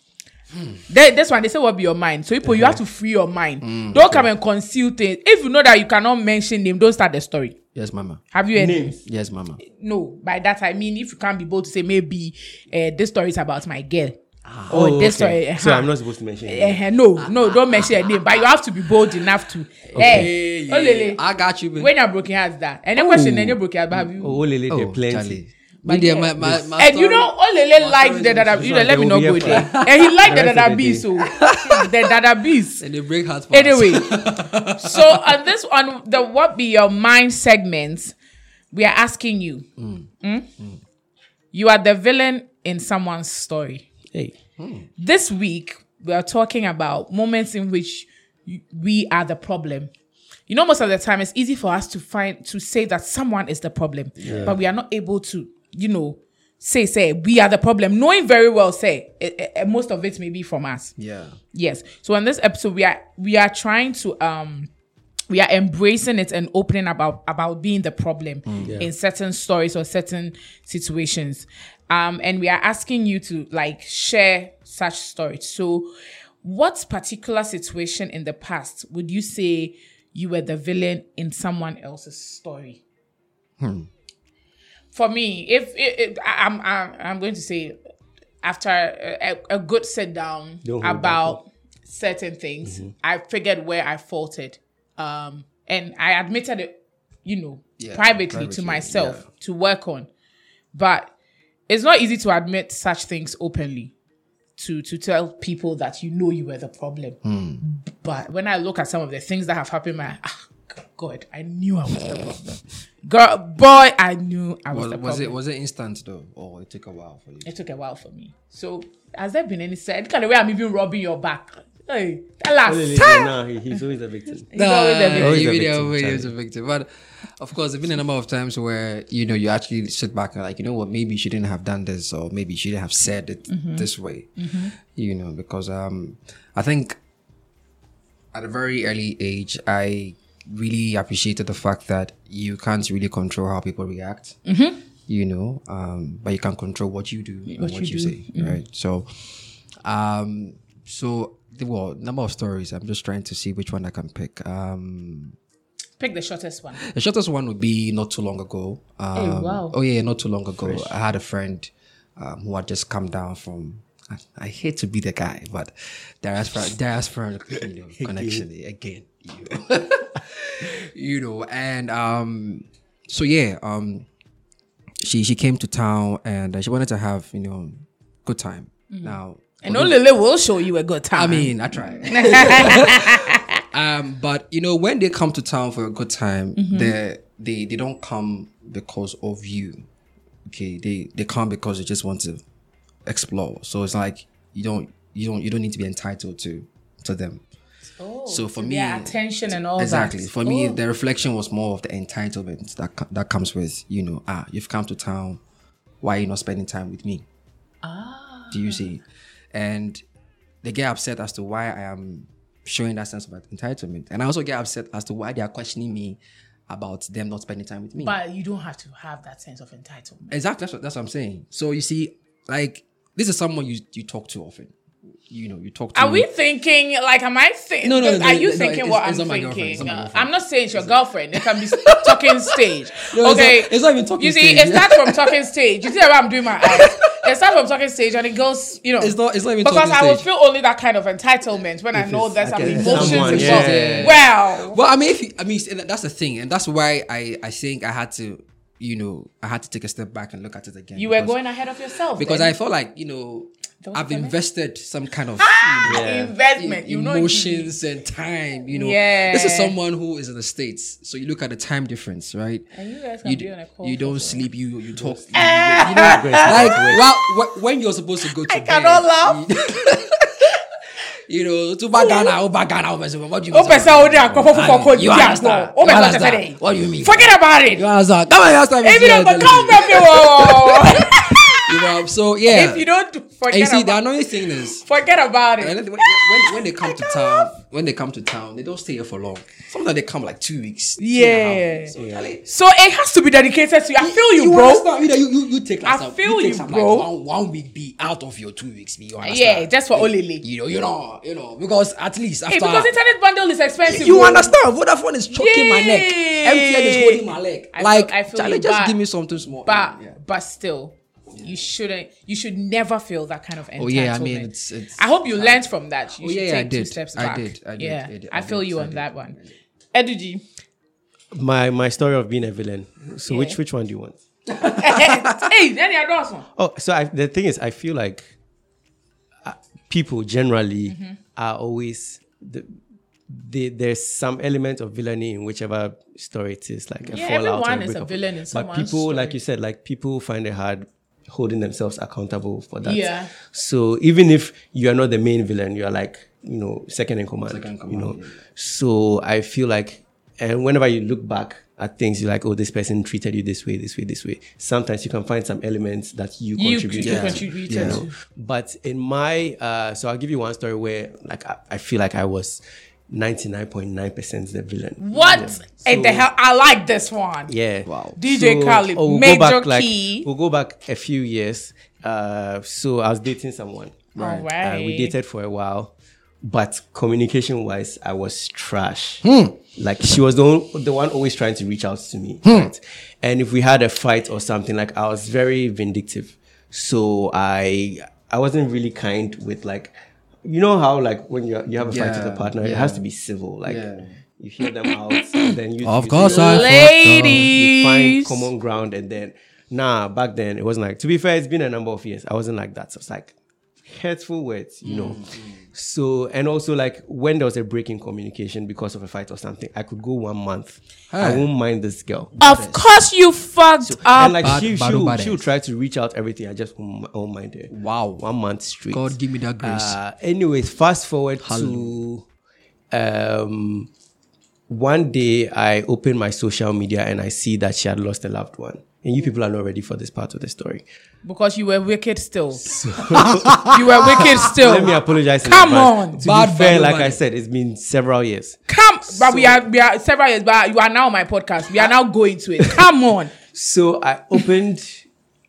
[SPEAKER 4] Hmm.
[SPEAKER 2] They, this one, they say, What be your mind? So, people, you
[SPEAKER 4] Uh-huh.
[SPEAKER 2] have to free your mind.
[SPEAKER 4] Hmm,
[SPEAKER 2] don't come and conceal things. If you know that you cannot mention name, don't start the story.
[SPEAKER 4] Yes, mama.
[SPEAKER 2] Have you any?
[SPEAKER 3] Names.
[SPEAKER 4] Yes, mama.
[SPEAKER 2] No, by that I mean if you can't be bold to say maybe uh, this story is about my girl.
[SPEAKER 3] Oh, okay.
[SPEAKER 2] this story.
[SPEAKER 3] So
[SPEAKER 2] uh-huh.
[SPEAKER 3] I'm not supposed to mention it.
[SPEAKER 2] Uh-huh, no, no, don't mention your name, but you have to be bold enough to. Okay. oh, Lele,
[SPEAKER 3] Ah.
[SPEAKER 4] I got you. babe.
[SPEAKER 2] when you're broken hearts, that and the question, then you're broken hearts, but have you?
[SPEAKER 3] Oh, Lele, there are plenty.
[SPEAKER 4] Charlie. Me dear, my, my, my
[SPEAKER 2] and you
[SPEAKER 4] story-
[SPEAKER 2] know, Olele likes the
[SPEAKER 4] story
[SPEAKER 2] dada.
[SPEAKER 3] is-
[SPEAKER 2] You know, let me
[SPEAKER 3] They
[SPEAKER 2] not
[SPEAKER 3] will be
[SPEAKER 2] go
[SPEAKER 3] here for-
[SPEAKER 2] there. And he liked the
[SPEAKER 3] The rest
[SPEAKER 2] dada
[SPEAKER 3] of the
[SPEAKER 2] bees, so the dada bees.
[SPEAKER 4] and they break hearts. for us.
[SPEAKER 2] Anyway, so on this on the what be your mind segment, we are asking you. Hmm? You are the villain in someone's story.
[SPEAKER 3] Hey.
[SPEAKER 2] This week we are talking about moments in which you- we are the problem. You know, most of the time it's easy for us to find to say that someone is the problem, but we are not able to, you know, say say we are the problem, knowing very well say eh, eh, eh, most of it may be from us.
[SPEAKER 4] yeah,
[SPEAKER 2] Yes. So in this episode, we are we are trying to um we are embracing it and opening about about being the problem in certain stories or certain situations. Um, and we are asking you to like share such stories. So, what particular situation in the past would you say you were the villain in someone else's story? For me, if it, it, I, I'm, I'm I'm going to say after a, a a good sit down
[SPEAKER 3] Don't hold back,
[SPEAKER 2] about certain things, I figured where I faulted. Um, and I admitted it, you know,
[SPEAKER 4] Yeah,
[SPEAKER 2] privately, to
[SPEAKER 4] privately,
[SPEAKER 2] myself
[SPEAKER 4] yeah.
[SPEAKER 2] to work on. But it's not easy to admit such things openly, to to tell people that you know you were the problem. But when I look at some of the things that have happened, my ah, God, I knew I was the problem. Girl, boy, I knew I was
[SPEAKER 4] was,
[SPEAKER 2] the problem.
[SPEAKER 4] was it was it instant though, or it took a while for you?
[SPEAKER 2] It took a while for me. So has there been any said kind of way I'm even rubbing your back? Hey, alas.
[SPEAKER 3] Oh, Lele, there now. He- he's always a victim.
[SPEAKER 2] Ah, He's always a
[SPEAKER 4] Nah,
[SPEAKER 2] victim.
[SPEAKER 3] Always
[SPEAKER 4] you
[SPEAKER 3] a
[SPEAKER 4] really
[SPEAKER 3] victim,
[SPEAKER 4] always
[SPEAKER 3] Charlie.
[SPEAKER 4] a victim. But of course, there've been a number of times where you know you actually sit back and like, you know what, maybe she didn't have done this, or maybe she didn't have said it this way. You know, because um, I think at a very early age, I really appreciated the fact that you can't really control how people react. You know, um, but you can control what you do and what you,
[SPEAKER 2] you do.
[SPEAKER 4] say, right? So, um, so there were a number of stories. I'm just trying to see which one I can pick. Um,
[SPEAKER 2] Pick the shortest one.
[SPEAKER 4] the shortest one would be not too long ago. Um,
[SPEAKER 2] wow.
[SPEAKER 4] Oh yeah, not too long ago. I had a friend um, who had just come down from. I, I hate to be the guy, but diaspora diaspora you know, connection again. You know. you know, and um, so yeah, um, she she came to town and uh, she wanted to have you know good time. Now
[SPEAKER 2] Mm-hmm. And Olele will show you a good
[SPEAKER 4] I
[SPEAKER 2] time.
[SPEAKER 4] mean, I try. um, but you know, when they come to town for a good time, they they they don't come because of you. Okay, they they come because they just want to explore. So it's like you don't you don't you don't need to be entitled to to them.
[SPEAKER 2] Oh,
[SPEAKER 4] so for
[SPEAKER 2] to
[SPEAKER 4] me-
[SPEAKER 2] their attention and all
[SPEAKER 4] exactly.
[SPEAKER 2] that.
[SPEAKER 4] For me,
[SPEAKER 2] Oh.
[SPEAKER 4] the reflection was more of the entitlement that co- that comes with you know ah you've come to town, why are you not spending time with me? Ah. Do you see? And they get upset as to why I am showing that sense of entitlement, and I also get upset as to why they are questioning me about them not spending time with me.
[SPEAKER 2] But you don't have to have that sense of entitlement.
[SPEAKER 4] Exactly. That's what, that's what I'm saying. So you see, like this is someone you you talk to often. You know, you talk to.
[SPEAKER 2] Are we thinking like am I thinking?
[SPEAKER 4] No, no, no,
[SPEAKER 2] Are
[SPEAKER 4] no,
[SPEAKER 2] you
[SPEAKER 4] no,
[SPEAKER 2] thinking
[SPEAKER 4] it's-
[SPEAKER 2] what
[SPEAKER 4] it's
[SPEAKER 2] I'm
[SPEAKER 4] not my girlfriend, it's
[SPEAKER 2] thinking?
[SPEAKER 4] not my
[SPEAKER 2] Uh,
[SPEAKER 4] girlfriend.
[SPEAKER 2] I'm not saying it's your girlfriend. It can be talking stage.
[SPEAKER 4] No, it's
[SPEAKER 2] okay,
[SPEAKER 4] not- it's not even talking
[SPEAKER 2] You see,
[SPEAKER 4] stage.
[SPEAKER 2] it starts from talking stage. You see how I'm doing my eyes. It starts from talking stage, and it goes. You know,
[SPEAKER 4] It's not. It's not even
[SPEAKER 2] because
[SPEAKER 4] talking
[SPEAKER 2] I would
[SPEAKER 4] stage.
[SPEAKER 2] feel only that kind of entitlement when I know
[SPEAKER 4] it's
[SPEAKER 2] there's some
[SPEAKER 4] like a-
[SPEAKER 2] emotions
[SPEAKER 3] someone,
[SPEAKER 2] involved.
[SPEAKER 3] yeah.
[SPEAKER 2] Well,
[SPEAKER 4] Well, I mean, if you, I mean, that's the thing, and that's why I I think I had to, you know, I had to take a step back and look at it again.
[SPEAKER 2] you were
[SPEAKER 4] because-
[SPEAKER 2] going ahead of yourself
[SPEAKER 4] because
[SPEAKER 2] then.
[SPEAKER 4] I felt like you know
[SPEAKER 2] Don't
[SPEAKER 4] I've
[SPEAKER 2] tell me. Ah!
[SPEAKER 4] invested some kind of you know,
[SPEAKER 2] investment. You know,
[SPEAKER 4] emotions and time. You know,
[SPEAKER 2] Yeah.
[SPEAKER 4] this is someone who is in the states, so you look at the time difference, right?
[SPEAKER 2] And you guys can
[SPEAKER 4] You,
[SPEAKER 2] be on a call
[SPEAKER 4] you
[SPEAKER 2] for Ah!
[SPEAKER 4] don't
[SPEAKER 2] so
[SPEAKER 4] sleep. You you talk. You, you know,
[SPEAKER 3] Grace,
[SPEAKER 4] like
[SPEAKER 3] Grace.
[SPEAKER 4] well, wh- when you're supposed to go to I bed,
[SPEAKER 2] cannot laugh.
[SPEAKER 4] You, you know, to Bagana, oh Bagana, oh Bagana, what do you
[SPEAKER 2] O pesa o de akofo fofo
[SPEAKER 4] I mean,
[SPEAKER 2] ko di
[SPEAKER 4] you
[SPEAKER 2] agbo.
[SPEAKER 4] understand?
[SPEAKER 2] O
[SPEAKER 4] You
[SPEAKER 2] pesa se
[SPEAKER 4] understand?
[SPEAKER 2] fere.
[SPEAKER 4] What do you mean?
[SPEAKER 2] Oh, Forget about it.
[SPEAKER 4] You understand? Come on, you understand?
[SPEAKER 2] If you don't go, come back me
[SPEAKER 4] You know, so yeah.
[SPEAKER 2] If you don't do-
[SPEAKER 4] and you
[SPEAKER 2] forget
[SPEAKER 4] see, the
[SPEAKER 2] about
[SPEAKER 4] annoying thing is,
[SPEAKER 2] forget about
[SPEAKER 4] and
[SPEAKER 2] it.
[SPEAKER 4] then when, when, when they come to town, when they come to town, they don't stay here for long. Sometimes they come like two weeks. two and a half
[SPEAKER 2] Yeah.
[SPEAKER 4] weeks. So, Charlie,
[SPEAKER 2] So it has to be dedicated to you. I feel you, bro.
[SPEAKER 4] understand? You, know, you, you, you take like
[SPEAKER 2] I
[SPEAKER 4] some,
[SPEAKER 2] feel
[SPEAKER 4] you, take
[SPEAKER 2] you,
[SPEAKER 4] some
[SPEAKER 2] bro.
[SPEAKER 4] Like one, one week be out of your two weeks be. You understand?
[SPEAKER 2] Yeah, just for Olele.
[SPEAKER 4] You know, you know, you know, because at least after
[SPEAKER 2] Hey, because internet bundle is expensive.
[SPEAKER 4] you
[SPEAKER 2] bro.
[SPEAKER 4] understand, Vodafone is choking my neck.
[SPEAKER 2] Yay.
[SPEAKER 4] MTN is holding my leg.
[SPEAKER 2] I feel-
[SPEAKER 4] like,
[SPEAKER 2] I feel
[SPEAKER 4] Charlie,
[SPEAKER 2] you,
[SPEAKER 4] just
[SPEAKER 2] but-
[SPEAKER 4] give me something small.
[SPEAKER 2] But
[SPEAKER 4] Yeah.
[SPEAKER 2] but still, you shouldn't. You should never feel that kind of entitlement.
[SPEAKER 4] Oh, yeah, I mean, it's- it's-
[SPEAKER 2] I hope you learned from that. You
[SPEAKER 4] Oh,
[SPEAKER 2] should
[SPEAKER 4] yeah, yeah, I
[SPEAKER 2] take two
[SPEAKER 4] did.
[SPEAKER 2] steps
[SPEAKER 4] I
[SPEAKER 2] back.
[SPEAKER 4] did, I did,
[SPEAKER 2] Yeah,
[SPEAKER 4] I did,
[SPEAKER 2] I
[SPEAKER 4] I
[SPEAKER 2] feel
[SPEAKER 4] did,
[SPEAKER 2] you
[SPEAKER 4] I
[SPEAKER 2] on
[SPEAKER 4] did.
[SPEAKER 2] that one. Eduji,
[SPEAKER 3] My my story of being a villain. So
[SPEAKER 2] Yeah.
[SPEAKER 3] which which one do you want?
[SPEAKER 2] hey, Danny Adolson.
[SPEAKER 3] Oh, so I, the thing is, I feel like uh, people generally
[SPEAKER 2] Mm-hmm.
[SPEAKER 3] are always the, they, there's some element of villainy in whichever story it is, like a
[SPEAKER 2] Yeah,
[SPEAKER 3] fallout. or
[SPEAKER 2] everyone is a
[SPEAKER 3] breakup.
[SPEAKER 2] villain in
[SPEAKER 3] But
[SPEAKER 2] someone's
[SPEAKER 3] people, like
[SPEAKER 2] story.
[SPEAKER 3] you said, like people find it hard holding themselves accountable for that.
[SPEAKER 2] Yeah.
[SPEAKER 3] So even if you are not the main villain, you are like you know second in command.
[SPEAKER 4] Second in
[SPEAKER 3] You know.
[SPEAKER 4] command, yeah.
[SPEAKER 3] So I feel like, and whenever you look back at things, you're like, oh, this person treated you this way, this way, this way. Sometimes you can find some elements that you,
[SPEAKER 2] You
[SPEAKER 3] contributed.
[SPEAKER 2] you
[SPEAKER 3] to,
[SPEAKER 2] contributed
[SPEAKER 3] you know.
[SPEAKER 2] to.
[SPEAKER 3] But in my, uh, so I'll give you one story where like I, I feel like I was 99.9% the villain.
[SPEAKER 2] What
[SPEAKER 3] Yeah.
[SPEAKER 2] in the hell? I like this one.
[SPEAKER 3] Yeah.
[SPEAKER 4] Wow.
[SPEAKER 2] DJ Khaled,
[SPEAKER 3] oh,
[SPEAKER 2] major
[SPEAKER 3] like,
[SPEAKER 2] key.
[SPEAKER 3] We'll go back a few years. Uh, so I was dating someone.
[SPEAKER 2] All right.
[SPEAKER 3] Uh, we dated for a while, but communication wise, I was trash.
[SPEAKER 4] Hmm.
[SPEAKER 3] Like she was the, one, the one always trying to reach out to me. right? And if we had a fight or something, like I was very vindictive. So I I wasn't really kind with like you know how like when you you have a fight
[SPEAKER 4] Yeah,
[SPEAKER 3] with a partner, it
[SPEAKER 4] yeah.
[SPEAKER 3] has to be civil. Like
[SPEAKER 4] Yeah.
[SPEAKER 3] you hear them out, then you
[SPEAKER 4] Of
[SPEAKER 3] you
[SPEAKER 4] course,
[SPEAKER 3] say,
[SPEAKER 4] I fucked up.
[SPEAKER 3] you find
[SPEAKER 2] Ladies,
[SPEAKER 3] common ground and then nah back then it wasn't like to be fair it's been a number of years i wasn't like that so it's like hurtful words you know
[SPEAKER 4] Mm-hmm.
[SPEAKER 3] so and also like when there was a break in communication because of a fight or something i could go one month i
[SPEAKER 4] Hey. Ah,
[SPEAKER 3] won't mind this girl
[SPEAKER 2] of course you fucked up.
[SPEAKER 3] and like
[SPEAKER 4] Bad-
[SPEAKER 3] she,
[SPEAKER 4] bad
[SPEAKER 3] she'll,
[SPEAKER 4] bad
[SPEAKER 3] she'll
[SPEAKER 4] ends.
[SPEAKER 3] try to reach out everything i just won't, I won't mind it
[SPEAKER 4] Wow.
[SPEAKER 3] one month straight
[SPEAKER 4] God, give me that grace.
[SPEAKER 3] uh, anyways, fast forward to um, one day I open my social media and I see that she had lost a loved one. And you people are not ready for this part of the story.
[SPEAKER 2] because you were wicked still. you were wicked still.
[SPEAKER 3] Let me apologize. in
[SPEAKER 2] Come
[SPEAKER 3] advance.
[SPEAKER 2] on.
[SPEAKER 3] To
[SPEAKER 4] Bad
[SPEAKER 3] be fair,
[SPEAKER 4] value
[SPEAKER 3] like I
[SPEAKER 4] money.
[SPEAKER 3] said, it's been several years.
[SPEAKER 2] Come, but we are we are several years. But you are now on my podcast. We are now going to it. Come on.
[SPEAKER 3] So I opened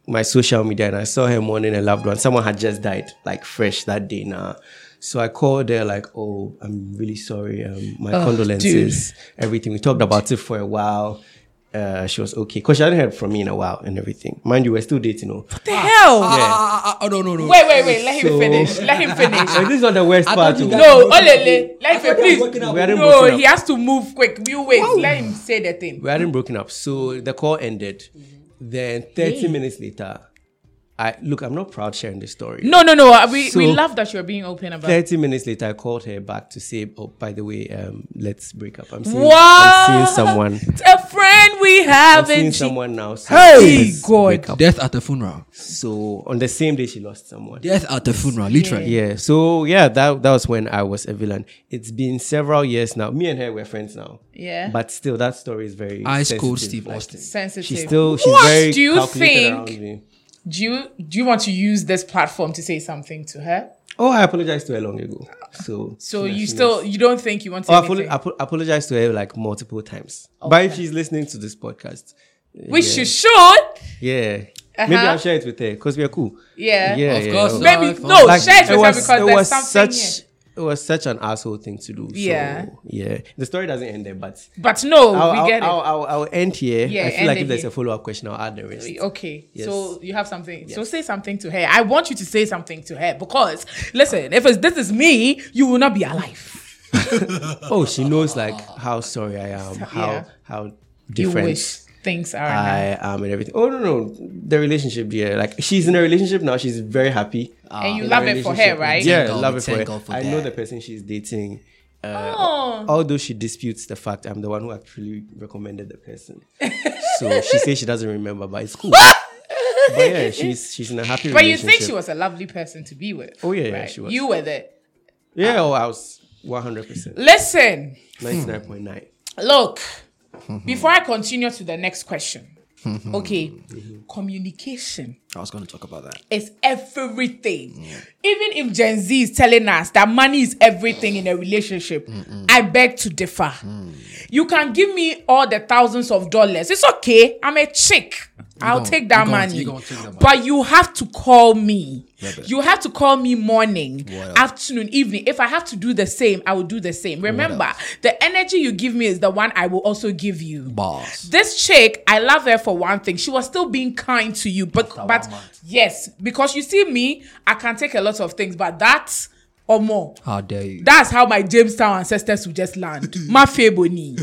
[SPEAKER 3] my social media and I saw her mourning a loved one. Someone had just died, like fresh that day now. So I called her, like, oh, I'm really sorry. Um, my condolences, everything. We talked about it for a while. Uh, she was okay because she hadn't heard from me in a while and everything. Mind you, we're still dating. Oh,
[SPEAKER 2] the hell?
[SPEAKER 4] Ah, ah, ah, oh, no, no, no.
[SPEAKER 2] Wait, wait, wait. Let him
[SPEAKER 3] So-
[SPEAKER 2] finish. Let him finish.
[SPEAKER 3] And this is not the worst
[SPEAKER 4] I
[SPEAKER 3] part.
[SPEAKER 4] thought you
[SPEAKER 3] oh.
[SPEAKER 4] guys-
[SPEAKER 2] No, Olele, let him
[SPEAKER 4] thought you
[SPEAKER 2] please.
[SPEAKER 4] were working out.
[SPEAKER 3] We hadn't broken
[SPEAKER 2] No,
[SPEAKER 3] up.
[SPEAKER 2] he has to move quick. You wait. Let him say the thing.
[SPEAKER 3] we hadn't broken up. So the call ended. Then 30 minutes later, I look, I'm not proud sharing this story.
[SPEAKER 2] No, no, no. uh, We we
[SPEAKER 3] So-
[SPEAKER 2] love that you're being open about. it.
[SPEAKER 3] 30 minutes later, I called her back to say, oh, by the way, um, let's break up. I'm seeing,
[SPEAKER 2] What?
[SPEAKER 3] I'm seeing someone.
[SPEAKER 2] A friend we
[SPEAKER 3] I'm seeing
[SPEAKER 2] haven't. She-
[SPEAKER 3] someone now. So
[SPEAKER 2] Hey,
[SPEAKER 3] let's break
[SPEAKER 2] God.
[SPEAKER 3] up.
[SPEAKER 4] Death at the funeral.
[SPEAKER 3] So on the same day, she lost someone.
[SPEAKER 4] Death at the funeral, literally.
[SPEAKER 3] Yeah. So yeah, that that was when I was a villain. It's been several years now. Me and her were friends now.
[SPEAKER 2] Yeah.
[SPEAKER 3] But still, that story is very
[SPEAKER 4] Ice cold
[SPEAKER 3] sensitive.
[SPEAKER 4] Steve
[SPEAKER 3] Like,
[SPEAKER 4] Austin.
[SPEAKER 2] Sensitive.
[SPEAKER 3] She's still she's
[SPEAKER 2] What
[SPEAKER 3] very
[SPEAKER 2] do you
[SPEAKER 3] calculated
[SPEAKER 2] think?
[SPEAKER 3] around me.
[SPEAKER 2] Do you do you want to use this platform to say something to her?
[SPEAKER 3] Oh, I apologized to her long ago. So,
[SPEAKER 2] So
[SPEAKER 3] she
[SPEAKER 2] you
[SPEAKER 3] knows.
[SPEAKER 2] still you don't think you want to?
[SPEAKER 3] Oh, I
[SPEAKER 2] anything?
[SPEAKER 3] apolo- apo- apologized to her like multiple times. But if she's listening to this podcast,
[SPEAKER 2] Which you should.
[SPEAKER 3] yeah, maybe
[SPEAKER 2] Uh-huh.
[SPEAKER 3] I'll share it with her because we are cool.
[SPEAKER 2] Yeah.
[SPEAKER 3] Yeah,
[SPEAKER 4] Of
[SPEAKER 3] yeah,
[SPEAKER 4] course
[SPEAKER 3] oh.
[SPEAKER 4] not.
[SPEAKER 2] Maybe
[SPEAKER 4] iPhone.
[SPEAKER 2] no.
[SPEAKER 4] Like,
[SPEAKER 2] share it with her because there's something.
[SPEAKER 3] such
[SPEAKER 2] here.
[SPEAKER 3] it was such an asshole thing to do. So,
[SPEAKER 2] Yeah.
[SPEAKER 3] yeah. The story doesn't end there, but
[SPEAKER 2] But no,
[SPEAKER 3] I'll,
[SPEAKER 2] we
[SPEAKER 3] I'll,
[SPEAKER 2] get it.
[SPEAKER 3] I'll, I'll, I'll end here.
[SPEAKER 2] Yeah,
[SPEAKER 3] I
[SPEAKER 2] end
[SPEAKER 3] feel like
[SPEAKER 2] it
[SPEAKER 3] if there's
[SPEAKER 2] here.
[SPEAKER 3] a follow up question, I'll add the rest.
[SPEAKER 2] Okay,
[SPEAKER 3] Yes.
[SPEAKER 2] so you have something. So say something to her. I want you to say something to her because listen, if it's, this is me, you will not be alive.
[SPEAKER 3] Oh, she knows like how sorry I am, how
[SPEAKER 2] yeah.
[SPEAKER 3] how
[SPEAKER 2] You
[SPEAKER 3] different
[SPEAKER 2] wish things are. now.
[SPEAKER 3] I am, and everything. Oh no, no, the relationship, yeah. Like she's in a relationship now. She's very happy.
[SPEAKER 2] and you
[SPEAKER 3] Ah, in
[SPEAKER 2] love
[SPEAKER 3] a
[SPEAKER 2] it for her,
[SPEAKER 3] relationship.
[SPEAKER 2] right?
[SPEAKER 3] Yeah,
[SPEAKER 4] Thank God,
[SPEAKER 3] love
[SPEAKER 4] we
[SPEAKER 3] it for
[SPEAKER 4] thank
[SPEAKER 3] her.
[SPEAKER 4] God for
[SPEAKER 3] I know
[SPEAKER 4] that.
[SPEAKER 3] the person she's dating.
[SPEAKER 2] Oh.
[SPEAKER 3] Although she disputes the fact, I'm the one who actually recommended the person. so she says she doesn't remember, but it's cool. but yeah, she's she's in a happy
[SPEAKER 2] But you
[SPEAKER 3] relationship.
[SPEAKER 2] think she was a lovely person to be with?
[SPEAKER 3] Oh, yeah, yeah, she was.
[SPEAKER 2] You were there.
[SPEAKER 3] Yeah, oh, I was 100 percent,
[SPEAKER 2] Listen,
[SPEAKER 3] 99.9.
[SPEAKER 2] look. Before I continue to the next question, okay, communication.
[SPEAKER 4] I was going to talk about that.
[SPEAKER 2] is everything.
[SPEAKER 4] Mm.
[SPEAKER 2] Even if Gen Z is telling us that money is everything in a relationship, I beg to differ.
[SPEAKER 4] Mm.
[SPEAKER 2] You can give me all the thousands of dollars. It's okay. I'm a chick. I'll
[SPEAKER 4] gon-
[SPEAKER 2] take that
[SPEAKER 4] you gon-
[SPEAKER 2] money.
[SPEAKER 4] you gon' take that money.
[SPEAKER 2] But you have to call me.
[SPEAKER 4] babe.
[SPEAKER 2] You have to call me morning,
[SPEAKER 4] What else?
[SPEAKER 2] afternoon, evening. If I have to do the same, I will do the same. Remember, the energy you give me is the one I will also give you
[SPEAKER 4] Boss.
[SPEAKER 2] this chick, I love her for one thing. She was still being kind to you, but
[SPEAKER 4] After
[SPEAKER 2] but
[SPEAKER 4] one month.
[SPEAKER 2] yes, because you see me, I can take a lot of things, but that's or more.
[SPEAKER 3] Ah.
[SPEAKER 4] How dare you?
[SPEAKER 2] That's how my Jamestown ancestors would just land. My Feboni.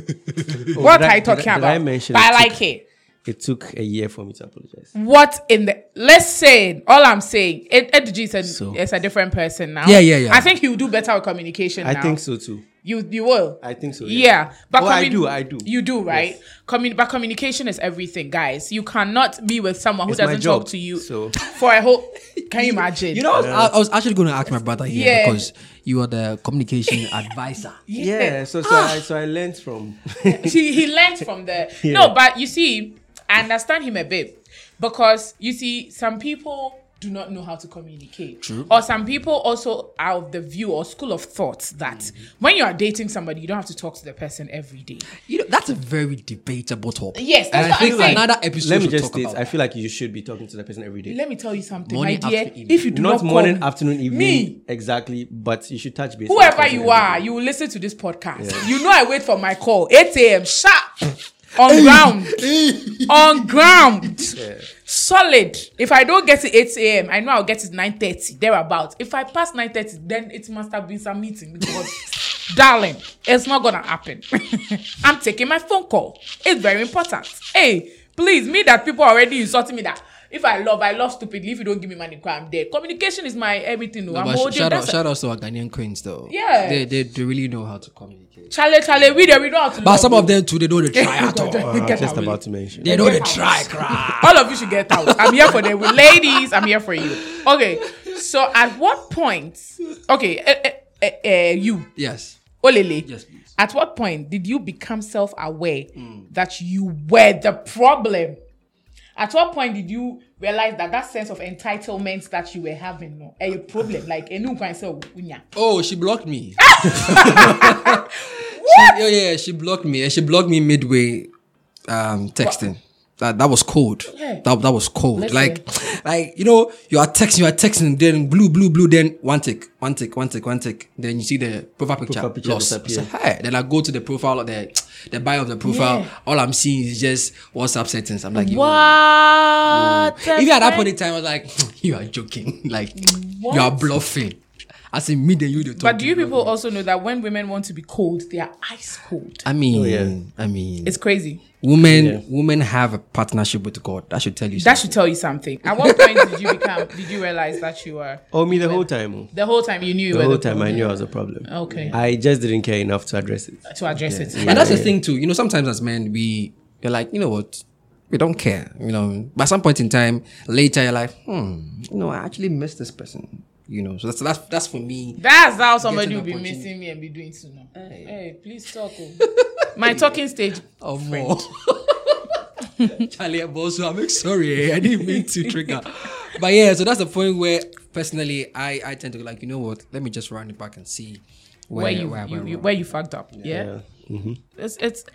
[SPEAKER 2] what
[SPEAKER 3] Oh, did
[SPEAKER 2] are
[SPEAKER 3] I-
[SPEAKER 2] you talking
[SPEAKER 3] did I- did
[SPEAKER 2] about?
[SPEAKER 3] I mention
[SPEAKER 2] but I
[SPEAKER 3] it
[SPEAKER 2] like
[SPEAKER 3] took-
[SPEAKER 2] it.
[SPEAKER 3] It took a year for me to apologize.
[SPEAKER 2] What in the listen? All I'm saying, Ed, Ed G is a, is a different person now.
[SPEAKER 4] Yeah, yeah, yeah.
[SPEAKER 2] I think he will do better with communication.
[SPEAKER 3] I
[SPEAKER 2] now.
[SPEAKER 3] think so too.
[SPEAKER 2] You you will.
[SPEAKER 3] I think so,
[SPEAKER 2] Yeah,
[SPEAKER 3] yeah.
[SPEAKER 2] but
[SPEAKER 3] Oh, I
[SPEAKER 2] commun-
[SPEAKER 3] do, I do.
[SPEAKER 2] You do right. Commun- but communication is everything, guys. You cannot be with someone who
[SPEAKER 3] It's my
[SPEAKER 2] doesn't
[SPEAKER 3] job,
[SPEAKER 2] talk to you
[SPEAKER 3] so-
[SPEAKER 2] for a whole. Can you imagine?
[SPEAKER 4] You know, I was, I, I was actually going to ask my brother here
[SPEAKER 2] Yeah.
[SPEAKER 4] because you are the communication advisor.
[SPEAKER 3] Yeah, so so I so I learned from
[SPEAKER 2] he, he learned from the
[SPEAKER 3] Yeah.
[SPEAKER 2] no but you see i understand him a bit because you see some people do not know how to communicate True. or some people also are of the view or school of thought that
[SPEAKER 3] Mm-hmm.
[SPEAKER 2] when you are dating somebody you don't have to talk to the person every day
[SPEAKER 4] You know, that's a very debatable topic.
[SPEAKER 2] yes that's
[SPEAKER 4] And I
[SPEAKER 2] what
[SPEAKER 4] think
[SPEAKER 2] i'm saying
[SPEAKER 4] another episode.
[SPEAKER 3] Let me
[SPEAKER 4] should
[SPEAKER 3] just
[SPEAKER 4] talk
[SPEAKER 3] state,
[SPEAKER 4] about
[SPEAKER 3] I feel like you should be talking to the person every day.
[SPEAKER 2] let me tell you something
[SPEAKER 4] Morning,
[SPEAKER 2] my dear
[SPEAKER 4] after, evening.
[SPEAKER 2] if you do not,
[SPEAKER 3] not
[SPEAKER 2] call
[SPEAKER 3] morning,
[SPEAKER 2] me-
[SPEAKER 3] afternoon, evening.
[SPEAKER 2] me
[SPEAKER 3] Exactly. But you should touch base. with the
[SPEAKER 2] whoever
[SPEAKER 3] person
[SPEAKER 2] you
[SPEAKER 3] every
[SPEAKER 2] are
[SPEAKER 3] day.
[SPEAKER 2] you will listen to this podcast you know i wait for my call 8 a.m sharp on ground on ground solid if i don't get it 8 a.m i know i'll get it 9 30 thereabout if i pass 9 30 then it must have been some meeting because darling it's not gonna happen i'm taking my phone call it's very important hey please me that people are already insulting me that if i love i love stupidly if you don't give me money i'm there communication is my everything no,
[SPEAKER 4] No,
[SPEAKER 2] i'm
[SPEAKER 4] but sh-
[SPEAKER 2] holding
[SPEAKER 4] shout out,
[SPEAKER 2] that's a-
[SPEAKER 4] shout out to our Ghanaian queens though.
[SPEAKER 2] Yeah.
[SPEAKER 4] they, they they really know how to communicate.
[SPEAKER 2] Charlie, Charlie, we don't, we don't have to.
[SPEAKER 4] But
[SPEAKER 2] love
[SPEAKER 4] some
[SPEAKER 2] you.
[SPEAKER 4] of them too, they know the try at all.
[SPEAKER 2] Don't- don't
[SPEAKER 3] I'm
[SPEAKER 2] get
[SPEAKER 3] uh, just
[SPEAKER 2] out.
[SPEAKER 3] about to mention.
[SPEAKER 4] They know the try cry.
[SPEAKER 2] All of you should get out. I'm here for them. With ladies, I'm here for you. Okay. So at what point? Okay, eh, eh, eh, eh, you,
[SPEAKER 4] Yes,
[SPEAKER 2] Olele.
[SPEAKER 4] yes, please.
[SPEAKER 2] At what point did you become self-aware that you were the problem? At what point did you realize that that sense of entitlement that you were having no, eh, a problem? Like, eh, no, can say, unya.
[SPEAKER 4] Oh, she blocked me. what? She, yeah, yeah, she blocked me, and she blocked me midway um, texting. That, that was cold.
[SPEAKER 2] Yeah.
[SPEAKER 4] That, that was cold.
[SPEAKER 2] Listen.
[SPEAKER 4] Like, like you know, you are texting, you are texting, then blue, blue, blue, then one tick, one tick, one tick, one tick. Then you see the profile picture,
[SPEAKER 3] Profile picture
[SPEAKER 4] lost. I
[SPEAKER 3] disappear.
[SPEAKER 4] said, "Hey." Then I go to the profile of the the bio of the profile.
[SPEAKER 2] Yeah.
[SPEAKER 4] All I'm seeing is just WhatsApp settings. I'm like, yo.
[SPEAKER 2] What?
[SPEAKER 4] Even at that point in time, I was like, you are joking. like, you are
[SPEAKER 2] What?
[SPEAKER 4] bluffing. I said, me, then you, the
[SPEAKER 2] But do you people also know that when women want to be cold, they are ice cold?
[SPEAKER 4] I mean,
[SPEAKER 3] yeah.
[SPEAKER 4] I mean,
[SPEAKER 2] It's crazy.
[SPEAKER 4] Oh, women
[SPEAKER 3] Yeah.
[SPEAKER 4] women have a partnership with God. That should tell you.
[SPEAKER 2] That
[SPEAKER 4] something.
[SPEAKER 2] should tell you something. At what point did you become? Did you realize that you were
[SPEAKER 3] Oh, me the whole time. oh.
[SPEAKER 2] the whole time you knew you
[SPEAKER 3] The
[SPEAKER 2] were
[SPEAKER 3] whole
[SPEAKER 2] the
[SPEAKER 3] time I knew I was a problem.
[SPEAKER 2] Okay.
[SPEAKER 3] I just didn't care enough to address it.
[SPEAKER 2] to address it?
[SPEAKER 4] and that's the thing too. You know, sometimes as men, we you're like, you know what, we don't care. You know, by some point in time later, you're like, hmm, you know, I actually miss this person. You know, so that's that's that's for me.
[SPEAKER 2] That's how somebody
[SPEAKER 4] Getting
[SPEAKER 2] will be
[SPEAKER 4] opportunity.
[SPEAKER 2] missing me and be doing to now. Hey, please talk. oh. My talking stage.
[SPEAKER 4] Or more. Charlie, I'm also I'm sorry. eh, I didn't mean to trigger. but yeah, so that's the point where personally I I tend to like you know what? Let me just run it back and see where,
[SPEAKER 2] where you,
[SPEAKER 4] where I
[SPEAKER 2] you,
[SPEAKER 4] went
[SPEAKER 2] you
[SPEAKER 4] wrong.
[SPEAKER 2] where you fucked up. Yeah.
[SPEAKER 3] Mm-hmm.
[SPEAKER 2] It's it's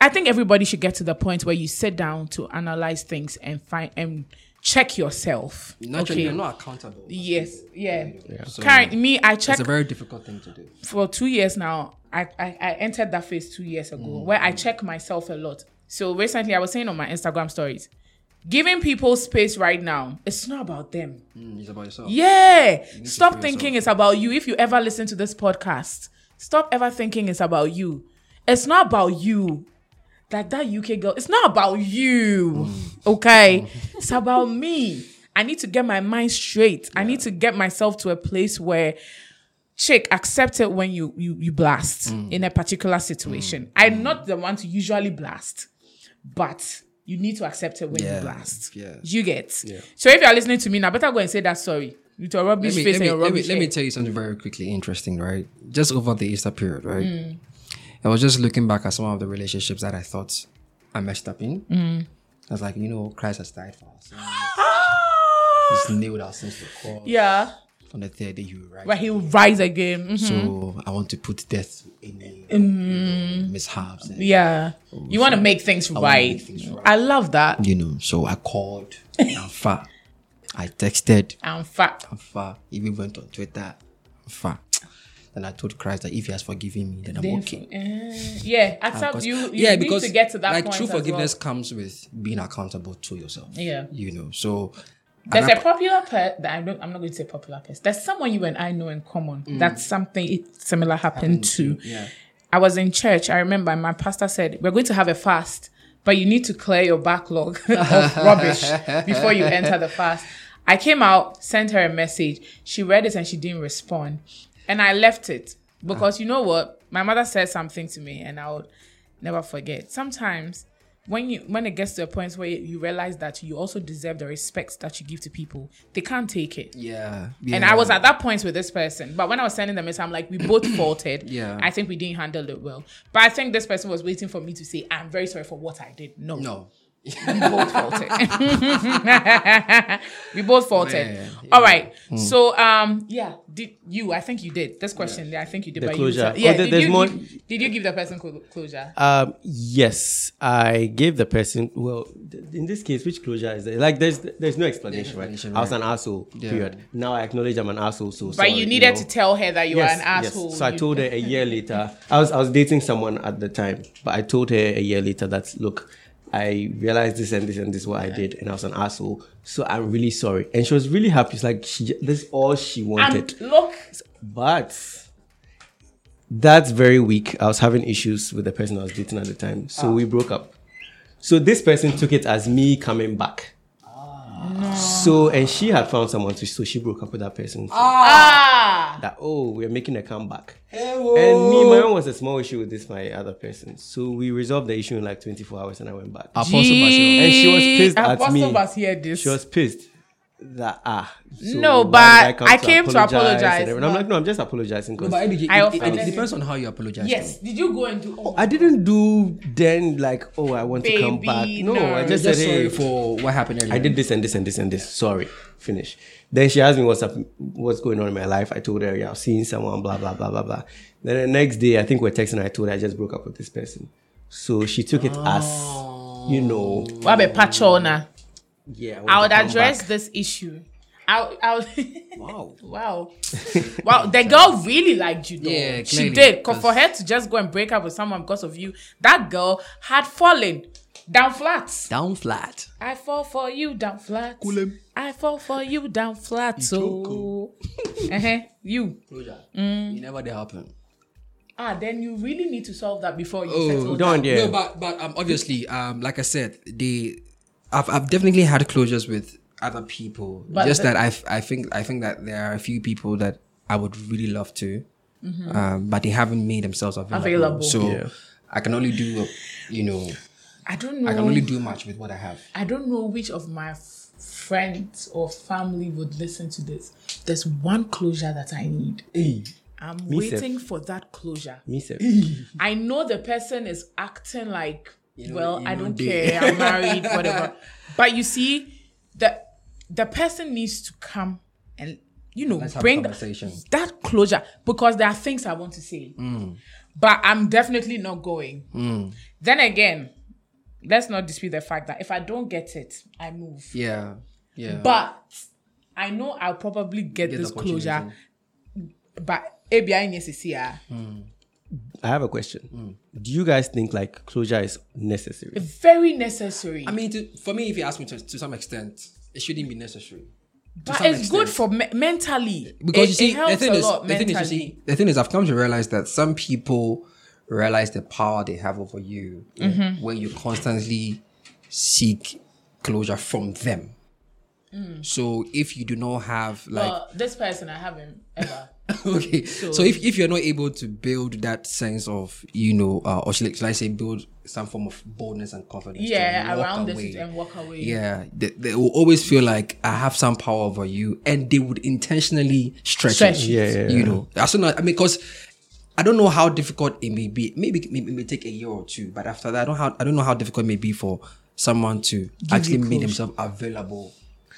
[SPEAKER 2] I think everybody should get to the point where you sit down to analyze things and find and check yourself.
[SPEAKER 4] Naturally, you're not accountable.
[SPEAKER 2] Yes. Yeah.
[SPEAKER 4] So
[SPEAKER 2] Currently, me, I
[SPEAKER 4] it's
[SPEAKER 2] check
[SPEAKER 4] a very difficult thing to do.
[SPEAKER 2] for two years now. I, I, I entered that phase two years ago where I check myself a lot. So recently, I was saying on my Instagram stories, giving people space right now, it's not about them.
[SPEAKER 4] Mm, it's about yourself.
[SPEAKER 2] Yeah. Stop
[SPEAKER 4] free
[SPEAKER 2] thinking it's about you. If you ever listen to this podcast, stop ever thinking it's about you. It's not about you. Like that UK girl, it's not about you.
[SPEAKER 4] Mm.
[SPEAKER 2] Okay. it's about me. I need to get my mind straight. I need to get myself to a place where chick accept it when you you you blast
[SPEAKER 4] Mm.
[SPEAKER 2] in a particular situation. I'm not the one to usually blast, but you need to accept it when you
[SPEAKER 4] Yeah.
[SPEAKER 2] blast.
[SPEAKER 4] Yeah.
[SPEAKER 2] You get. So if you are listening to me now, better go and say that sorry. With your rubbish
[SPEAKER 4] Let me,
[SPEAKER 2] face
[SPEAKER 4] let,
[SPEAKER 2] and
[SPEAKER 4] me,
[SPEAKER 2] your
[SPEAKER 4] let, me,
[SPEAKER 2] rubbish
[SPEAKER 4] let me
[SPEAKER 2] head.
[SPEAKER 4] tell you something very quickly interesting, right? Just over the Easter period, right?
[SPEAKER 2] Mm.
[SPEAKER 4] I was just looking back at some of the relationships that I thought I messed up in.
[SPEAKER 2] Mm.
[SPEAKER 4] I was like, you know, Christ has died for us. He's nailed our sins to the cross.
[SPEAKER 2] Yeah.
[SPEAKER 4] On the third day, he will rise.
[SPEAKER 2] But he'll rise again. Mhm.
[SPEAKER 4] So I want to put death in any you know, mishaps. And,
[SPEAKER 2] Mm. Yeah.
[SPEAKER 4] Oh,
[SPEAKER 2] You want to make things right.
[SPEAKER 4] make things right.
[SPEAKER 2] I love that.
[SPEAKER 4] You know, so I called Alpha. I texted
[SPEAKER 2] I'm fat.
[SPEAKER 4] Alpha. Even went on Twitter. Alpha. Then I told Christ that if he has forgiven me, then I'm okay.
[SPEAKER 2] Eh, yeah. Accept
[SPEAKER 4] Because-
[SPEAKER 2] you. you need to get to that
[SPEAKER 4] like
[SPEAKER 2] point
[SPEAKER 4] true
[SPEAKER 2] as well.
[SPEAKER 4] forgiveness comes with being accountable to yourself.
[SPEAKER 2] Yeah.
[SPEAKER 4] you know. So
[SPEAKER 2] There's
[SPEAKER 4] and
[SPEAKER 2] a
[SPEAKER 4] I-
[SPEAKER 2] popular per that I don't I'm not going to say popular person. There's someone you and I know in common. That something it- similar happened, to.
[SPEAKER 4] Mm. yeah.
[SPEAKER 2] I was in church. I remember my pastor said, We're going to have a fast, but you need to clear your backlog of rubbish before you enter the fast. I came out, sent her a message. She read it and she didn't respond. And I left it because you know what? My mother said something to me and I'll never forget. Sometimes when you when it gets to a point where you realize that you also deserve the respect that you give to people, they can't take it.
[SPEAKER 4] yeah,
[SPEAKER 2] And
[SPEAKER 4] yeah.
[SPEAKER 2] I was at that point with this person. But when I was sending the message, I'm like, we both faulted.
[SPEAKER 4] Yeah.
[SPEAKER 2] I think we didn't handle it well. But I think this person was waiting for me to say, I'm very sorry for what I did. No.
[SPEAKER 4] no.
[SPEAKER 2] We both faulted. we both faulted.
[SPEAKER 4] Man,
[SPEAKER 2] All right.
[SPEAKER 3] Hmm.
[SPEAKER 2] So um yeah, did you I think you did. This question, yeah, I think you did
[SPEAKER 3] The
[SPEAKER 2] but
[SPEAKER 3] closure.
[SPEAKER 2] you yeah,
[SPEAKER 3] Oh, there-
[SPEAKER 2] did,
[SPEAKER 3] there's
[SPEAKER 2] you,
[SPEAKER 3] more-
[SPEAKER 2] give- did you give the person clo- closure?
[SPEAKER 3] Um, yes, I gave the person. Well, th- in this case, which closure is there? Like, there's there's no explanation, right?
[SPEAKER 4] explanation,
[SPEAKER 3] I was an asshole. Period. Now I acknowledge I'm an asshole. So,
[SPEAKER 2] but you needed to tell her that you
[SPEAKER 3] yes,
[SPEAKER 2] are an asshole.
[SPEAKER 3] Yes. So I
[SPEAKER 2] You-
[SPEAKER 3] told her a year later. I was I was dating someone at the time, but I told her a year later that look, I realized this and this and this is what I did, and I was an asshole. So I'm really sorry. And she was really happy. It's like she, this is all she
[SPEAKER 2] I'm-
[SPEAKER 3] wanted.
[SPEAKER 2] look,
[SPEAKER 3] But that's very weak. I was having issues with the person I was dating at the time.
[SPEAKER 2] Ah.
[SPEAKER 3] So we broke up. So this person took it as me coming back.
[SPEAKER 2] Ah.
[SPEAKER 3] So and she had found someone to so she broke up with that person.
[SPEAKER 2] ah,
[SPEAKER 3] That oh, we're making a comeback. And me, my own was a small issue with this my other person. So we resolved the issue in like 24 hours and I went back.
[SPEAKER 2] Ah.
[SPEAKER 4] Apostle Bashaw.
[SPEAKER 3] And she was pissed at
[SPEAKER 2] Apostle
[SPEAKER 3] me.
[SPEAKER 2] must hear this.
[SPEAKER 3] She was pissed. That ah so
[SPEAKER 2] No,
[SPEAKER 3] why
[SPEAKER 2] but
[SPEAKER 3] did come
[SPEAKER 2] I came to apologize,
[SPEAKER 3] and everything. I'm like, no, I'm just apologizing because
[SPEAKER 4] But I, it,
[SPEAKER 2] I
[SPEAKER 4] it-
[SPEAKER 2] offended
[SPEAKER 4] it
[SPEAKER 2] you.
[SPEAKER 4] depends on how you apologize.
[SPEAKER 2] Yes. Did you go and do? Oh,
[SPEAKER 3] I didn't do then like, oh, I want to come
[SPEAKER 2] Baby,
[SPEAKER 3] back. No,
[SPEAKER 2] no.
[SPEAKER 3] I
[SPEAKER 4] to.
[SPEAKER 3] just
[SPEAKER 4] Just
[SPEAKER 3] said,
[SPEAKER 4] sorry
[SPEAKER 3] hey,
[SPEAKER 4] for what happened. Earlier.
[SPEAKER 3] I did this and this and this and this. Sorry, finish. Then she asked me what's up, what's going on in my life. I told her, yeah, I've seen someone, blah blah blah blah blah. Then the next day, I think we're texting. I told her I just broke up with this person. So she took it as, you know,
[SPEAKER 2] what about Pachona?
[SPEAKER 3] yeah.
[SPEAKER 2] I would
[SPEAKER 3] want to come
[SPEAKER 2] address
[SPEAKER 3] back.
[SPEAKER 2] this issue. I'll, I'll
[SPEAKER 3] Oh.
[SPEAKER 4] Wow.
[SPEAKER 2] wow, wow. The girl really liked you, though.
[SPEAKER 4] Yeah,
[SPEAKER 2] she
[SPEAKER 4] clearly,
[SPEAKER 2] did. Cause for
[SPEAKER 4] 'cause-
[SPEAKER 2] her to just go and break up with someone because of you, that girl had fallen down flat.
[SPEAKER 4] Down flat.
[SPEAKER 2] I fall for you down flat.
[SPEAKER 4] Kulem.
[SPEAKER 2] I fall for you down flat. So, uh-huh, you Mm.
[SPEAKER 4] It never did happen.
[SPEAKER 2] ah, then you really need to solve that before you
[SPEAKER 4] Oh,
[SPEAKER 2] settle. down.
[SPEAKER 3] Don't yeah.
[SPEAKER 4] No, but but um, obviously, um, like I said, the I've, I've definitely had closures with other people.
[SPEAKER 2] But
[SPEAKER 4] just
[SPEAKER 2] the-
[SPEAKER 4] that I f- I think I think that there are a few people that I would really love to, um, but they haven't made themselves available.
[SPEAKER 2] Mm-hmm. Available.
[SPEAKER 4] So
[SPEAKER 3] Yeah.
[SPEAKER 4] I can only do, you know,
[SPEAKER 2] I don't know.
[SPEAKER 4] I can only do much with what I have.
[SPEAKER 2] I don't know which of my f- friends or family would listen to this. There's one closure that I need. I'm
[SPEAKER 3] Me sef.
[SPEAKER 2] waiting for that closure.
[SPEAKER 3] Me sef.
[SPEAKER 2] I know the person is acting like,
[SPEAKER 4] know-
[SPEAKER 2] well,
[SPEAKER 4] you
[SPEAKER 2] I
[SPEAKER 4] know
[SPEAKER 2] don't
[SPEAKER 4] they-
[SPEAKER 2] care, I'm married, whatever. But you see, that the person needs to come and you know
[SPEAKER 4] Let's have a
[SPEAKER 2] bring
[SPEAKER 4] conversation.
[SPEAKER 2] that closure because there are things I want to say,
[SPEAKER 4] Mm.
[SPEAKER 2] but I'm definitely not going. Then again, let's not dispute the fact that if I don't get it, I move.
[SPEAKER 4] Yeah. Yeah.
[SPEAKER 2] But I know I'll probably get,
[SPEAKER 4] Get the
[SPEAKER 2] this closure.
[SPEAKER 4] opportunity.
[SPEAKER 2] But ABI NSCR,
[SPEAKER 3] I have a question.
[SPEAKER 4] Hmm.
[SPEAKER 3] Do you guys think like closure is necessary?
[SPEAKER 2] very necessary.
[SPEAKER 4] I mean, to, for me, if you ask me to, to some extent, it shouldn't be necessary. To
[SPEAKER 2] but
[SPEAKER 4] some
[SPEAKER 2] it's good
[SPEAKER 4] extent.
[SPEAKER 2] for me- mentally.
[SPEAKER 4] because
[SPEAKER 2] it,
[SPEAKER 4] you see,
[SPEAKER 2] it helps
[SPEAKER 4] the thing
[SPEAKER 2] a
[SPEAKER 4] is,
[SPEAKER 2] lot
[SPEAKER 4] the thing
[SPEAKER 2] mentally.
[SPEAKER 4] is, you see, the thing is, I've come to realize that some people realize the power they have over you
[SPEAKER 2] Mm-hmm.
[SPEAKER 4] when you constantly seek closure from them.
[SPEAKER 2] Mm.
[SPEAKER 4] So if you do not have like
[SPEAKER 2] Well, this person I haven't ever.
[SPEAKER 4] okay, so, if, if you're not able to build that sense of you know, uh, or should, I- should I say, build some form of boldness and confidence, to
[SPEAKER 2] yeah,
[SPEAKER 4] walk
[SPEAKER 2] around the
[SPEAKER 4] away,
[SPEAKER 2] sit and walk away.
[SPEAKER 4] yeah, they, they will always feel like I have some power over you, and they would intentionally stretch,
[SPEAKER 2] Stretch
[SPEAKER 4] it,
[SPEAKER 2] it.
[SPEAKER 3] Yeah, yeah,
[SPEAKER 4] you
[SPEAKER 3] yeah.
[SPEAKER 4] know. As soon as I mean, because I don't know how difficult it may be. Maybe maybe it may take a year or two, but after that, I don't how I don't know how difficult it may be for someone to actually make themselves available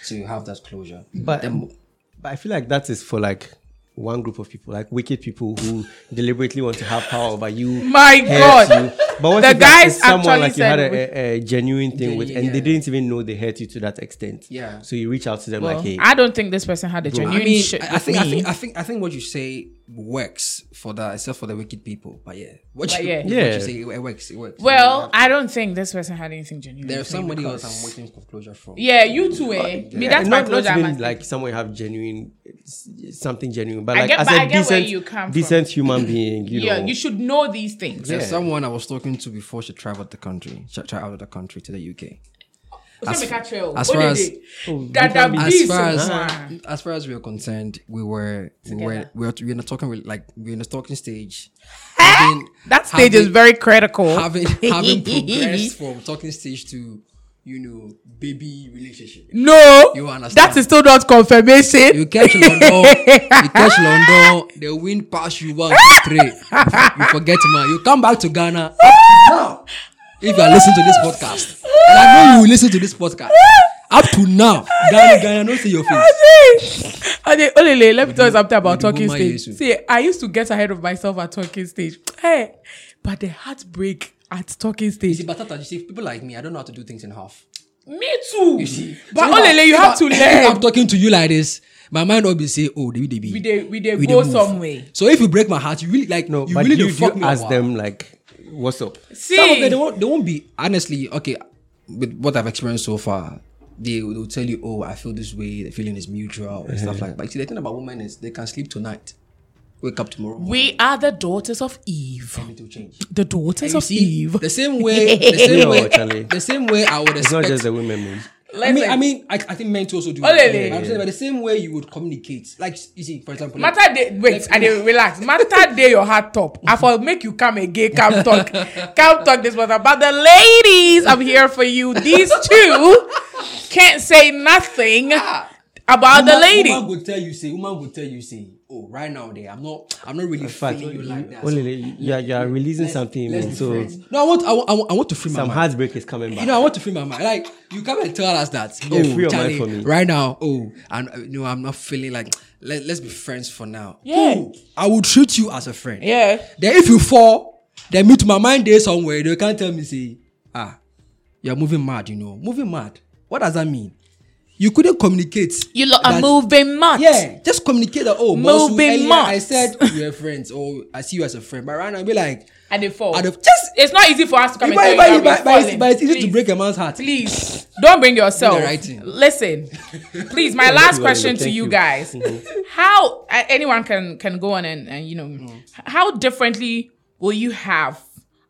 [SPEAKER 4] to have that closure.
[SPEAKER 3] But,
[SPEAKER 4] Then-
[SPEAKER 3] but I feel like that is for like one group of people, like wicked people who deliberately want to have power over you.
[SPEAKER 2] My God.
[SPEAKER 3] hurt you. But what
[SPEAKER 2] The
[SPEAKER 3] if that is
[SPEAKER 2] guys
[SPEAKER 3] someone
[SPEAKER 2] actually
[SPEAKER 3] like you
[SPEAKER 2] said
[SPEAKER 3] had
[SPEAKER 2] we-
[SPEAKER 3] a, a, a genuine thing with, and they
[SPEAKER 4] yeah.
[SPEAKER 3] didn't even know they hurt you to that extent.
[SPEAKER 4] Yeah.
[SPEAKER 3] So you reach out to them
[SPEAKER 2] Well,
[SPEAKER 3] like, hey,
[SPEAKER 2] I don't think this person had a genuine
[SPEAKER 4] I mean,
[SPEAKER 2] shit.
[SPEAKER 4] I, I
[SPEAKER 2] with
[SPEAKER 4] think I
[SPEAKER 2] me.
[SPEAKER 4] think I think I think what you say works for that, except for the wicked people. But yeah, what
[SPEAKER 2] But
[SPEAKER 4] you,
[SPEAKER 2] yeah.
[SPEAKER 4] what
[SPEAKER 3] Yeah.
[SPEAKER 4] you say it works. It works.
[SPEAKER 2] well, I don't think this person had anything genuine.
[SPEAKER 4] there's
[SPEAKER 2] with me
[SPEAKER 4] somebody else
[SPEAKER 2] because-
[SPEAKER 4] I'm waiting for closure from.
[SPEAKER 2] Yeah, you too, eh? Me, that's my
[SPEAKER 3] not,
[SPEAKER 2] closure.
[SPEAKER 3] not
[SPEAKER 2] I
[SPEAKER 3] even
[SPEAKER 2] must-
[SPEAKER 3] like someone have genuine something genuine, but
[SPEAKER 2] I
[SPEAKER 3] like
[SPEAKER 2] get-
[SPEAKER 3] as
[SPEAKER 2] but
[SPEAKER 3] a
[SPEAKER 2] I get
[SPEAKER 3] decent,
[SPEAKER 2] where you come from.
[SPEAKER 3] decent human being, you
[SPEAKER 2] yeah,
[SPEAKER 3] know.
[SPEAKER 2] you should know these things.
[SPEAKER 4] There's someone I was talking to before she traveled the country, she traveled out of the country to the UK.
[SPEAKER 2] As,
[SPEAKER 4] As-
[SPEAKER 2] as
[SPEAKER 4] as far as-
[SPEAKER 2] that, that
[SPEAKER 3] we
[SPEAKER 2] be
[SPEAKER 3] can-
[SPEAKER 4] As
[SPEAKER 2] this
[SPEAKER 4] far as
[SPEAKER 2] one.
[SPEAKER 4] as far as we were concerned, we were we were
[SPEAKER 2] Together.
[SPEAKER 4] we were, we were in the talking we- like we were in the talking stage.
[SPEAKER 2] that stage is very critical.
[SPEAKER 4] having having progressed from talking stage to you know baby relationship.
[SPEAKER 2] no,
[SPEAKER 4] You understand.
[SPEAKER 2] that is still not confirmation.
[SPEAKER 4] You catch London, you catch London, the wind pass you one, two, three. You forget man. You come back to Ghana. Up to now, if you are listening to this podcast, and I know you will listen to this podcast. Up to now, Ghana, Ghana, don't see your face.
[SPEAKER 2] Ade, Olele, let me tell you something about
[SPEAKER 4] Oduboma
[SPEAKER 2] talking stage.
[SPEAKER 4] Yesu.
[SPEAKER 2] See, I used to get ahead of myself at talking stage. Hey, but the heartbreak at talking
[SPEAKER 4] You see,
[SPEAKER 2] stage.
[SPEAKER 4] but sometimes you see people like me. I don't know how to do things in half.
[SPEAKER 2] Me too.
[SPEAKER 4] see. eh,
[SPEAKER 2] But
[SPEAKER 4] So if I-
[SPEAKER 2] Olele, you
[SPEAKER 4] if
[SPEAKER 2] have
[SPEAKER 4] I-
[SPEAKER 2] to
[SPEAKER 4] If I'm
[SPEAKER 2] learn.
[SPEAKER 4] talking to you like this. My mind will be say, oh, they, they be,
[SPEAKER 2] We dey- we dey
[SPEAKER 4] dey
[SPEAKER 2] go
[SPEAKER 4] move.
[SPEAKER 2] somewhere.
[SPEAKER 4] So if you break my heart, you really like
[SPEAKER 3] no,
[SPEAKER 4] you
[SPEAKER 3] but
[SPEAKER 4] really
[SPEAKER 3] you,
[SPEAKER 4] dey fuck
[SPEAKER 3] you
[SPEAKER 4] me up,
[SPEAKER 3] ask
[SPEAKER 4] ah.
[SPEAKER 3] them like, what's up?
[SPEAKER 2] See,
[SPEAKER 4] Some of them they won't, they won't be honestly okay with what I've experienced so far. They will tell you, "Oh, I feel this way. The feeling is mutual and stuff like." that. But see, the thing about women is they can sleep tonight, wake up tomorrow, morning,
[SPEAKER 2] we are the daughters of Eve.
[SPEAKER 4] it will change.
[SPEAKER 2] The daughters
[SPEAKER 4] You
[SPEAKER 2] of
[SPEAKER 4] see,
[SPEAKER 2] Eve.
[SPEAKER 4] the same way, the same
[SPEAKER 3] No,
[SPEAKER 4] way,
[SPEAKER 3] Charlie.
[SPEAKER 4] the same way I would
[SPEAKER 3] It's not
[SPEAKER 4] expect.
[SPEAKER 3] just the women, man.
[SPEAKER 4] I mean,
[SPEAKER 2] Listen.
[SPEAKER 4] I mean, I, I think men too also do.
[SPEAKER 2] Oh,
[SPEAKER 4] that.
[SPEAKER 2] really?
[SPEAKER 4] I'm saying, but the same way you would communicate, like you see, for example, like-
[SPEAKER 2] Matter day, wait, I dey relax. Matter day, your heart top. I for make you come again, come talk, come talk. This was about the ladies. I'm here for you. These two can't say nothing about the
[SPEAKER 4] woman-
[SPEAKER 2] lady.
[SPEAKER 4] Woman would tell you say, woman would tell you say, oh, right now, there, I'm not, I'm not really
[SPEAKER 3] Fact,
[SPEAKER 4] feeling you like that.
[SPEAKER 3] Olele, you, you are, you are releasing something, man.
[SPEAKER 4] be
[SPEAKER 3] So
[SPEAKER 4] friends. no, I want, I want, I want, I want to free my
[SPEAKER 3] some
[SPEAKER 4] mind.
[SPEAKER 3] heartbreak is coming back.
[SPEAKER 4] You know, I want to free my mind. Like you come and tell us that.
[SPEAKER 3] Yeah, free
[SPEAKER 4] oh,
[SPEAKER 3] your mind
[SPEAKER 4] Charlie,
[SPEAKER 3] for me.
[SPEAKER 4] right now. Oh, and uh, no, I'm not feeling like. Let, let's be friends for now.
[SPEAKER 2] Yeah.
[SPEAKER 4] Oh, I will treat you as a friend.
[SPEAKER 2] Yeah.
[SPEAKER 4] Then if you fall, then me to my mind there somewhere. They can't tell me say, ah, you're moving mad. You know, moving mad. What does that mean? You couldn't communicate.
[SPEAKER 2] You lot are
[SPEAKER 4] that-
[SPEAKER 2] moving much.
[SPEAKER 4] yeah, just communicate that. Oh, boss,
[SPEAKER 2] Moving
[SPEAKER 4] earlier
[SPEAKER 2] much.
[SPEAKER 4] I said we are friends, or I see you as a friend. But right now, I be like,
[SPEAKER 2] And they fall.
[SPEAKER 4] I don't- just
[SPEAKER 2] It's not easy for us to come
[SPEAKER 4] but,
[SPEAKER 2] and
[SPEAKER 4] but-
[SPEAKER 2] tell you.
[SPEAKER 4] but-
[SPEAKER 2] that
[SPEAKER 4] but
[SPEAKER 2] we're
[SPEAKER 4] it's,
[SPEAKER 2] falling.
[SPEAKER 4] but it's easy to
[SPEAKER 2] Please.
[SPEAKER 4] break a man's heart.
[SPEAKER 2] please don't bring yourself
[SPEAKER 4] Do the right thing.
[SPEAKER 2] listen please my last
[SPEAKER 3] you,
[SPEAKER 2] question to
[SPEAKER 3] thank
[SPEAKER 2] you
[SPEAKER 3] you. Mm-hmm.
[SPEAKER 2] guys how uh, anyone can can go on and, and you know
[SPEAKER 3] Mm.
[SPEAKER 2] how differently will you have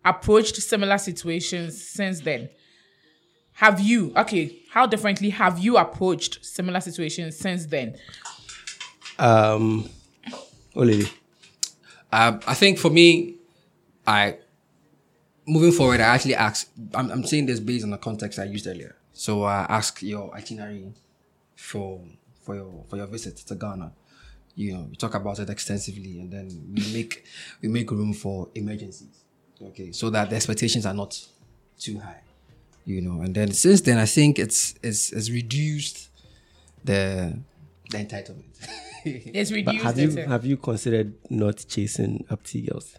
[SPEAKER 2] approached similar situations since then have you okay how differently have you approached similar situations since then
[SPEAKER 3] Um, Olele,
[SPEAKER 4] Um, I think for me, I moving forward, I actually ask. I'm, I'm saying this based on the context I used earlier. So I ask your itinerary for for your for your visit to Ghana. You know, we talk about it extensively, and then we make we make room for emergencies. Okay, so that the expectations are not too high. You know, and then since then, I think it's it's, it's reduced the the entitlement.
[SPEAKER 2] It's reduced.
[SPEAKER 3] Have
[SPEAKER 2] it
[SPEAKER 3] you
[SPEAKER 2] to-
[SPEAKER 3] have you considered not chasing up T girls?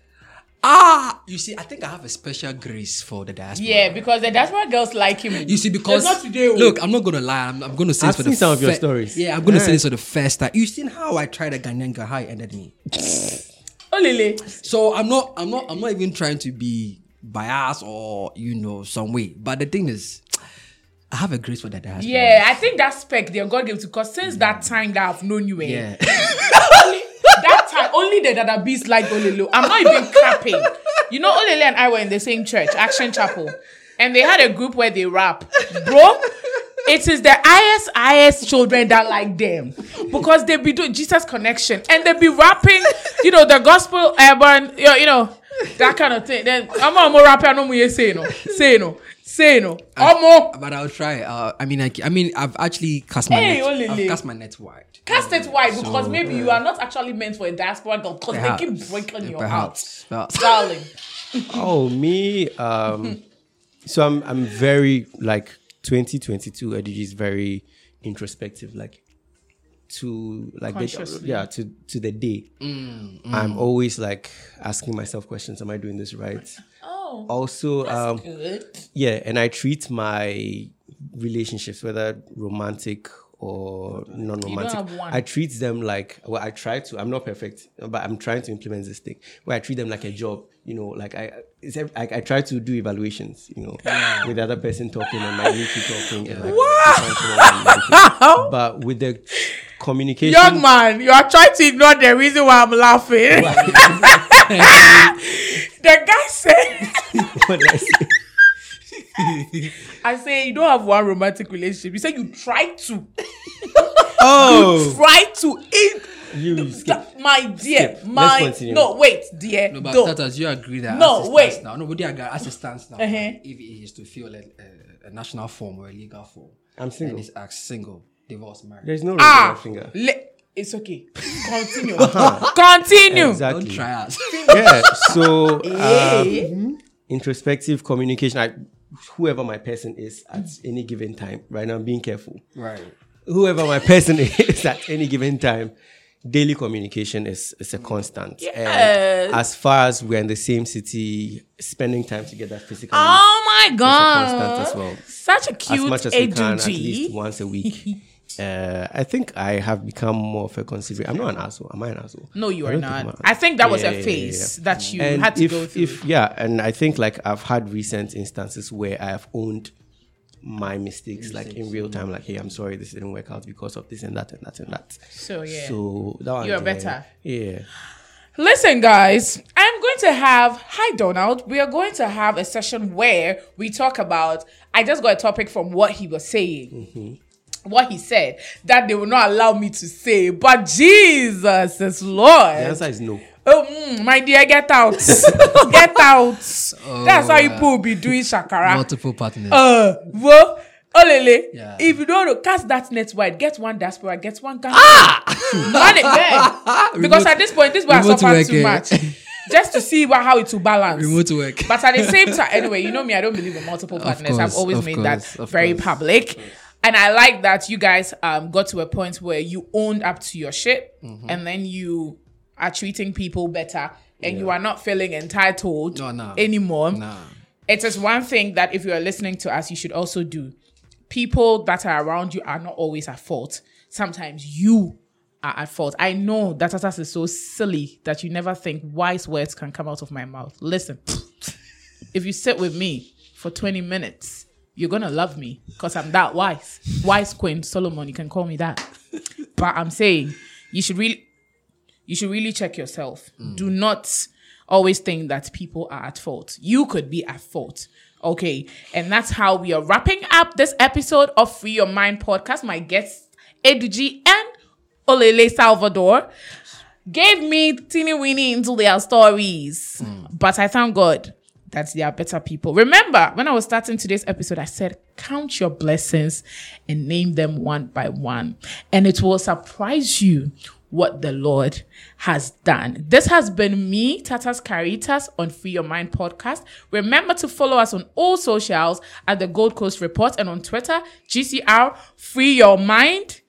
[SPEAKER 4] ah, you see, I think I have a special grace for the diaspora.
[SPEAKER 2] yeah, because the diaspora girls like him.
[SPEAKER 4] You see, because
[SPEAKER 2] It's not today. oh.
[SPEAKER 4] look, I'm not gonna lie. I'm, I'm gonna say
[SPEAKER 3] I've
[SPEAKER 4] this for
[SPEAKER 3] seen
[SPEAKER 4] the
[SPEAKER 3] some of your
[SPEAKER 4] fir-
[SPEAKER 3] stories.
[SPEAKER 4] Yeah, I'm gonna say
[SPEAKER 3] Yeah.
[SPEAKER 4] this for the first time. You've seen how I tried a Ghanaian girl, how it ended me.
[SPEAKER 2] oh Lele.
[SPEAKER 4] So I'm not, I'm not, I'm not even trying to be biased or you know some way. But the thing is, I have a grace for that diaspora.
[SPEAKER 2] Yeah, I think that spec there God gave to because since that time that I've known you, eh,
[SPEAKER 4] Yeah.
[SPEAKER 2] only, that time only the Dada beast like Olelo. I'm not even capping. You know, Olele and I were in the same church, Action Chapel, and they had a group where they rap, bro. It is the ISIS children that like them because they be doing Jesus connection and they be rapping, you know, the gospel urban, you know, you know that kind of thing. Then I'm a more rapper, no more say no, say no, say no, Omo.
[SPEAKER 4] But I'll try. Uh, I mean, I, I mean, I've actually cast my
[SPEAKER 2] Hey,
[SPEAKER 4] net.
[SPEAKER 2] Olele.
[SPEAKER 4] I've cast my net wide.
[SPEAKER 2] Cast it wide because maybe you are not actually meant for a diaspora girl because they keep breaking your heart.
[SPEAKER 4] Perhaps. Perhaps.
[SPEAKER 2] Darling.
[SPEAKER 3] Oh me, um, so I'm I'm very like 2022. Edgy is very introspective, like to like the,
[SPEAKER 2] Consciously.
[SPEAKER 3] yeah to to the day. I'm always like asking myself questions: Am I doing this right?
[SPEAKER 2] Oh.
[SPEAKER 3] Also, um,
[SPEAKER 2] Good.
[SPEAKER 3] yeah, and I treat my relationships, whether romantic or non-romantic,
[SPEAKER 2] have one.
[SPEAKER 3] I treat them like well, I try to. I'm not perfect, but I'm trying to implement this thing where I treat them like a job. You know, like I, it's, ev- I, I try to do evaluations. You know, with the other person talking and my YouTube talking. And like, wow! But with the communication,
[SPEAKER 2] Young man, you are trying to ignore the reason why I'm laughing. the guy said,
[SPEAKER 3] What did I say?
[SPEAKER 2] I say, you don't have one romantic relationship. You say you try to.
[SPEAKER 3] oh,
[SPEAKER 2] Try to. In-
[SPEAKER 3] you skip.
[SPEAKER 2] my dear.
[SPEAKER 3] Skip. Let's
[SPEAKER 2] My.
[SPEAKER 3] continue.
[SPEAKER 2] No, wait, dear.
[SPEAKER 4] No, but
[SPEAKER 2] don't.
[SPEAKER 4] that as you agree that
[SPEAKER 2] No,
[SPEAKER 4] as it
[SPEAKER 2] wait.
[SPEAKER 4] stands now, nobody agree as it stands now.
[SPEAKER 2] Uh-huh.
[SPEAKER 4] If it is to feel a, a, a national form or a legal form,
[SPEAKER 3] I'm single.
[SPEAKER 4] And it's as single, divorce, married.
[SPEAKER 3] There's no ring on
[SPEAKER 2] ah.
[SPEAKER 3] my finger. Uh-huh.
[SPEAKER 2] le- it's okay. Continue. Continue.
[SPEAKER 3] Exactly.
[SPEAKER 4] Don't try us.
[SPEAKER 3] yeah. So um, introspective communication. I, whoever my person is at any given time. Right now, I'm being careful.
[SPEAKER 4] right.
[SPEAKER 3] Whoever my person is at any given time. Daily communication is, is a constant.
[SPEAKER 2] Yes.
[SPEAKER 3] And as far as we're in the same city, spending time together physically,
[SPEAKER 2] Oh my
[SPEAKER 3] constant
[SPEAKER 2] god.
[SPEAKER 3] as well.
[SPEAKER 2] Such a
[SPEAKER 3] as
[SPEAKER 2] cute
[SPEAKER 3] much as we can, at least
[SPEAKER 2] AGG.
[SPEAKER 3] once a week. Uh, I think I have become more of a considerate. I'm not an asshole. Am I an asshole?
[SPEAKER 2] No, you
[SPEAKER 3] I
[SPEAKER 2] are
[SPEAKER 3] don't think I'm
[SPEAKER 2] not.
[SPEAKER 3] an
[SPEAKER 2] I think that was
[SPEAKER 3] Yeah,
[SPEAKER 2] a
[SPEAKER 3] yeah, yeah,
[SPEAKER 2] phase
[SPEAKER 3] yeah.
[SPEAKER 2] that you
[SPEAKER 3] and
[SPEAKER 2] had to
[SPEAKER 3] if,
[SPEAKER 2] go through.
[SPEAKER 3] if yeah and i think like i've had recent instances where i have owned my mistakes like in
[SPEAKER 2] mm.
[SPEAKER 3] real time like hey i'm sorry this didn't work out because of this and that and that and that
[SPEAKER 2] So, yeah.
[SPEAKER 3] so that one
[SPEAKER 2] You're
[SPEAKER 3] there,
[SPEAKER 2] better.
[SPEAKER 3] yeah
[SPEAKER 2] Listen, guys, I'm going to have. Hi, Donald. We are going to have a session where we talk about. I just got a topic from what he was saying.
[SPEAKER 3] Mm-hmm.
[SPEAKER 2] What he said that they will not allow me to say, but Jesus is Lord.
[SPEAKER 3] the answer is no
[SPEAKER 2] Oh, mm, my dear, get out, get out.
[SPEAKER 3] Oh,
[SPEAKER 2] That's how you people be doing shakara.
[SPEAKER 4] Multiple partners.
[SPEAKER 2] uh, whoa, olele.
[SPEAKER 4] Yeah.
[SPEAKER 2] If you don't know, cast that net wide. Get one diaspora, get one Ghana. Ah, because at this point, this boy has
[SPEAKER 4] remote
[SPEAKER 2] suffered too much.
[SPEAKER 4] work, eh.
[SPEAKER 2] Just to see wha- how it will balance.
[SPEAKER 4] Remote work.
[SPEAKER 2] But at the same time, anyway, you know me, I don't believe in multiple partners. I've
[SPEAKER 4] course,
[SPEAKER 2] always
[SPEAKER 4] of
[SPEAKER 2] made
[SPEAKER 4] course,
[SPEAKER 2] that
[SPEAKER 4] of
[SPEAKER 2] very
[SPEAKER 4] course.
[SPEAKER 2] public. And I like that you guys um got to a point where you owned up to your shit
[SPEAKER 4] Mm-hmm.
[SPEAKER 2] and then you are treating people better and you are not feeling entitled
[SPEAKER 4] No, no.
[SPEAKER 2] anymore
[SPEAKER 4] nah.
[SPEAKER 2] it is one thing that if you are listening to us, you should also do. People that are around you are not always at fault. Sometimes you are at fault. I know that us is so silly that you never think wise words can come out of my mouth. Listen, if you sit with me for 20 minutes, you're gonna love me because I'm that wise. Wise Queen Solomon, you can call me that. But I'm saying you should really you should really check yourself. Do not always think that people are at fault. You could be at fault. Okay. And that's how we are wrapping up this episode of Free Your Mind podcast. My guests, Eduji and Olele Salvador, gave me teeny weeny into their stories. But I thank God that they are better people. Remember, when I was starting today's episode, I said, count your blessings and name them one by one. And it will surprise you what the Lord has done. This has been me, Tatas Caritas, on Free Your Mind podcast. Remember to follow us on all socials at the Gold Coast Report and on Twitter, GCR Free Your Mind.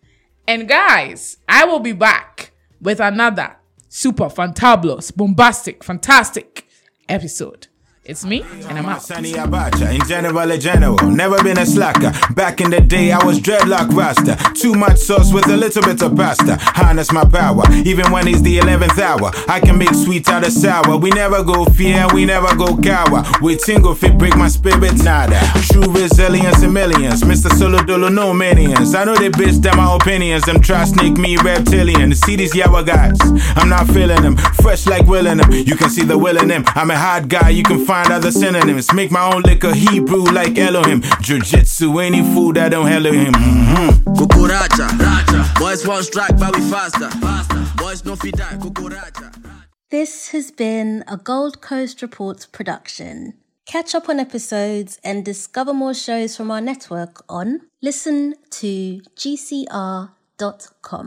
[SPEAKER 2] And guys, I will be back with another super fantabulous, bombastic, fantastic episode. It's me, and I'm out.
[SPEAKER 5] Sunny Abacha, in general, a general. Never been a slacker. Back in the day, I was dreadlock rasta. Too much sauce with a little bit of pasta. Harness my power, even when it's the 11th hour. I can make sweet out of sour. We never go fear, we never go cower. We tingle fit, break my spirit, nada. True resilience and millions. Mr. Solo Dolo, no minions. I know they bitch that my opinions. Them try snake me, reptilian. See these yawa guys, I'm not feeling them. Fresh like willing them. You can see the will in them. I'm a hard guy, you can find other synonyms. Make my own liquor Hebrew like Elohim. Jiu-jitsu, any fool that don't hello him. hmm
[SPEAKER 1] Cucuracha. Boys one strike, but we faster. Boys no feed die, cucuracha.
[SPEAKER 6] This has been a Gold Coast Reports production. Catch up on episodes and discover more shows from our network on listen to gcr.com.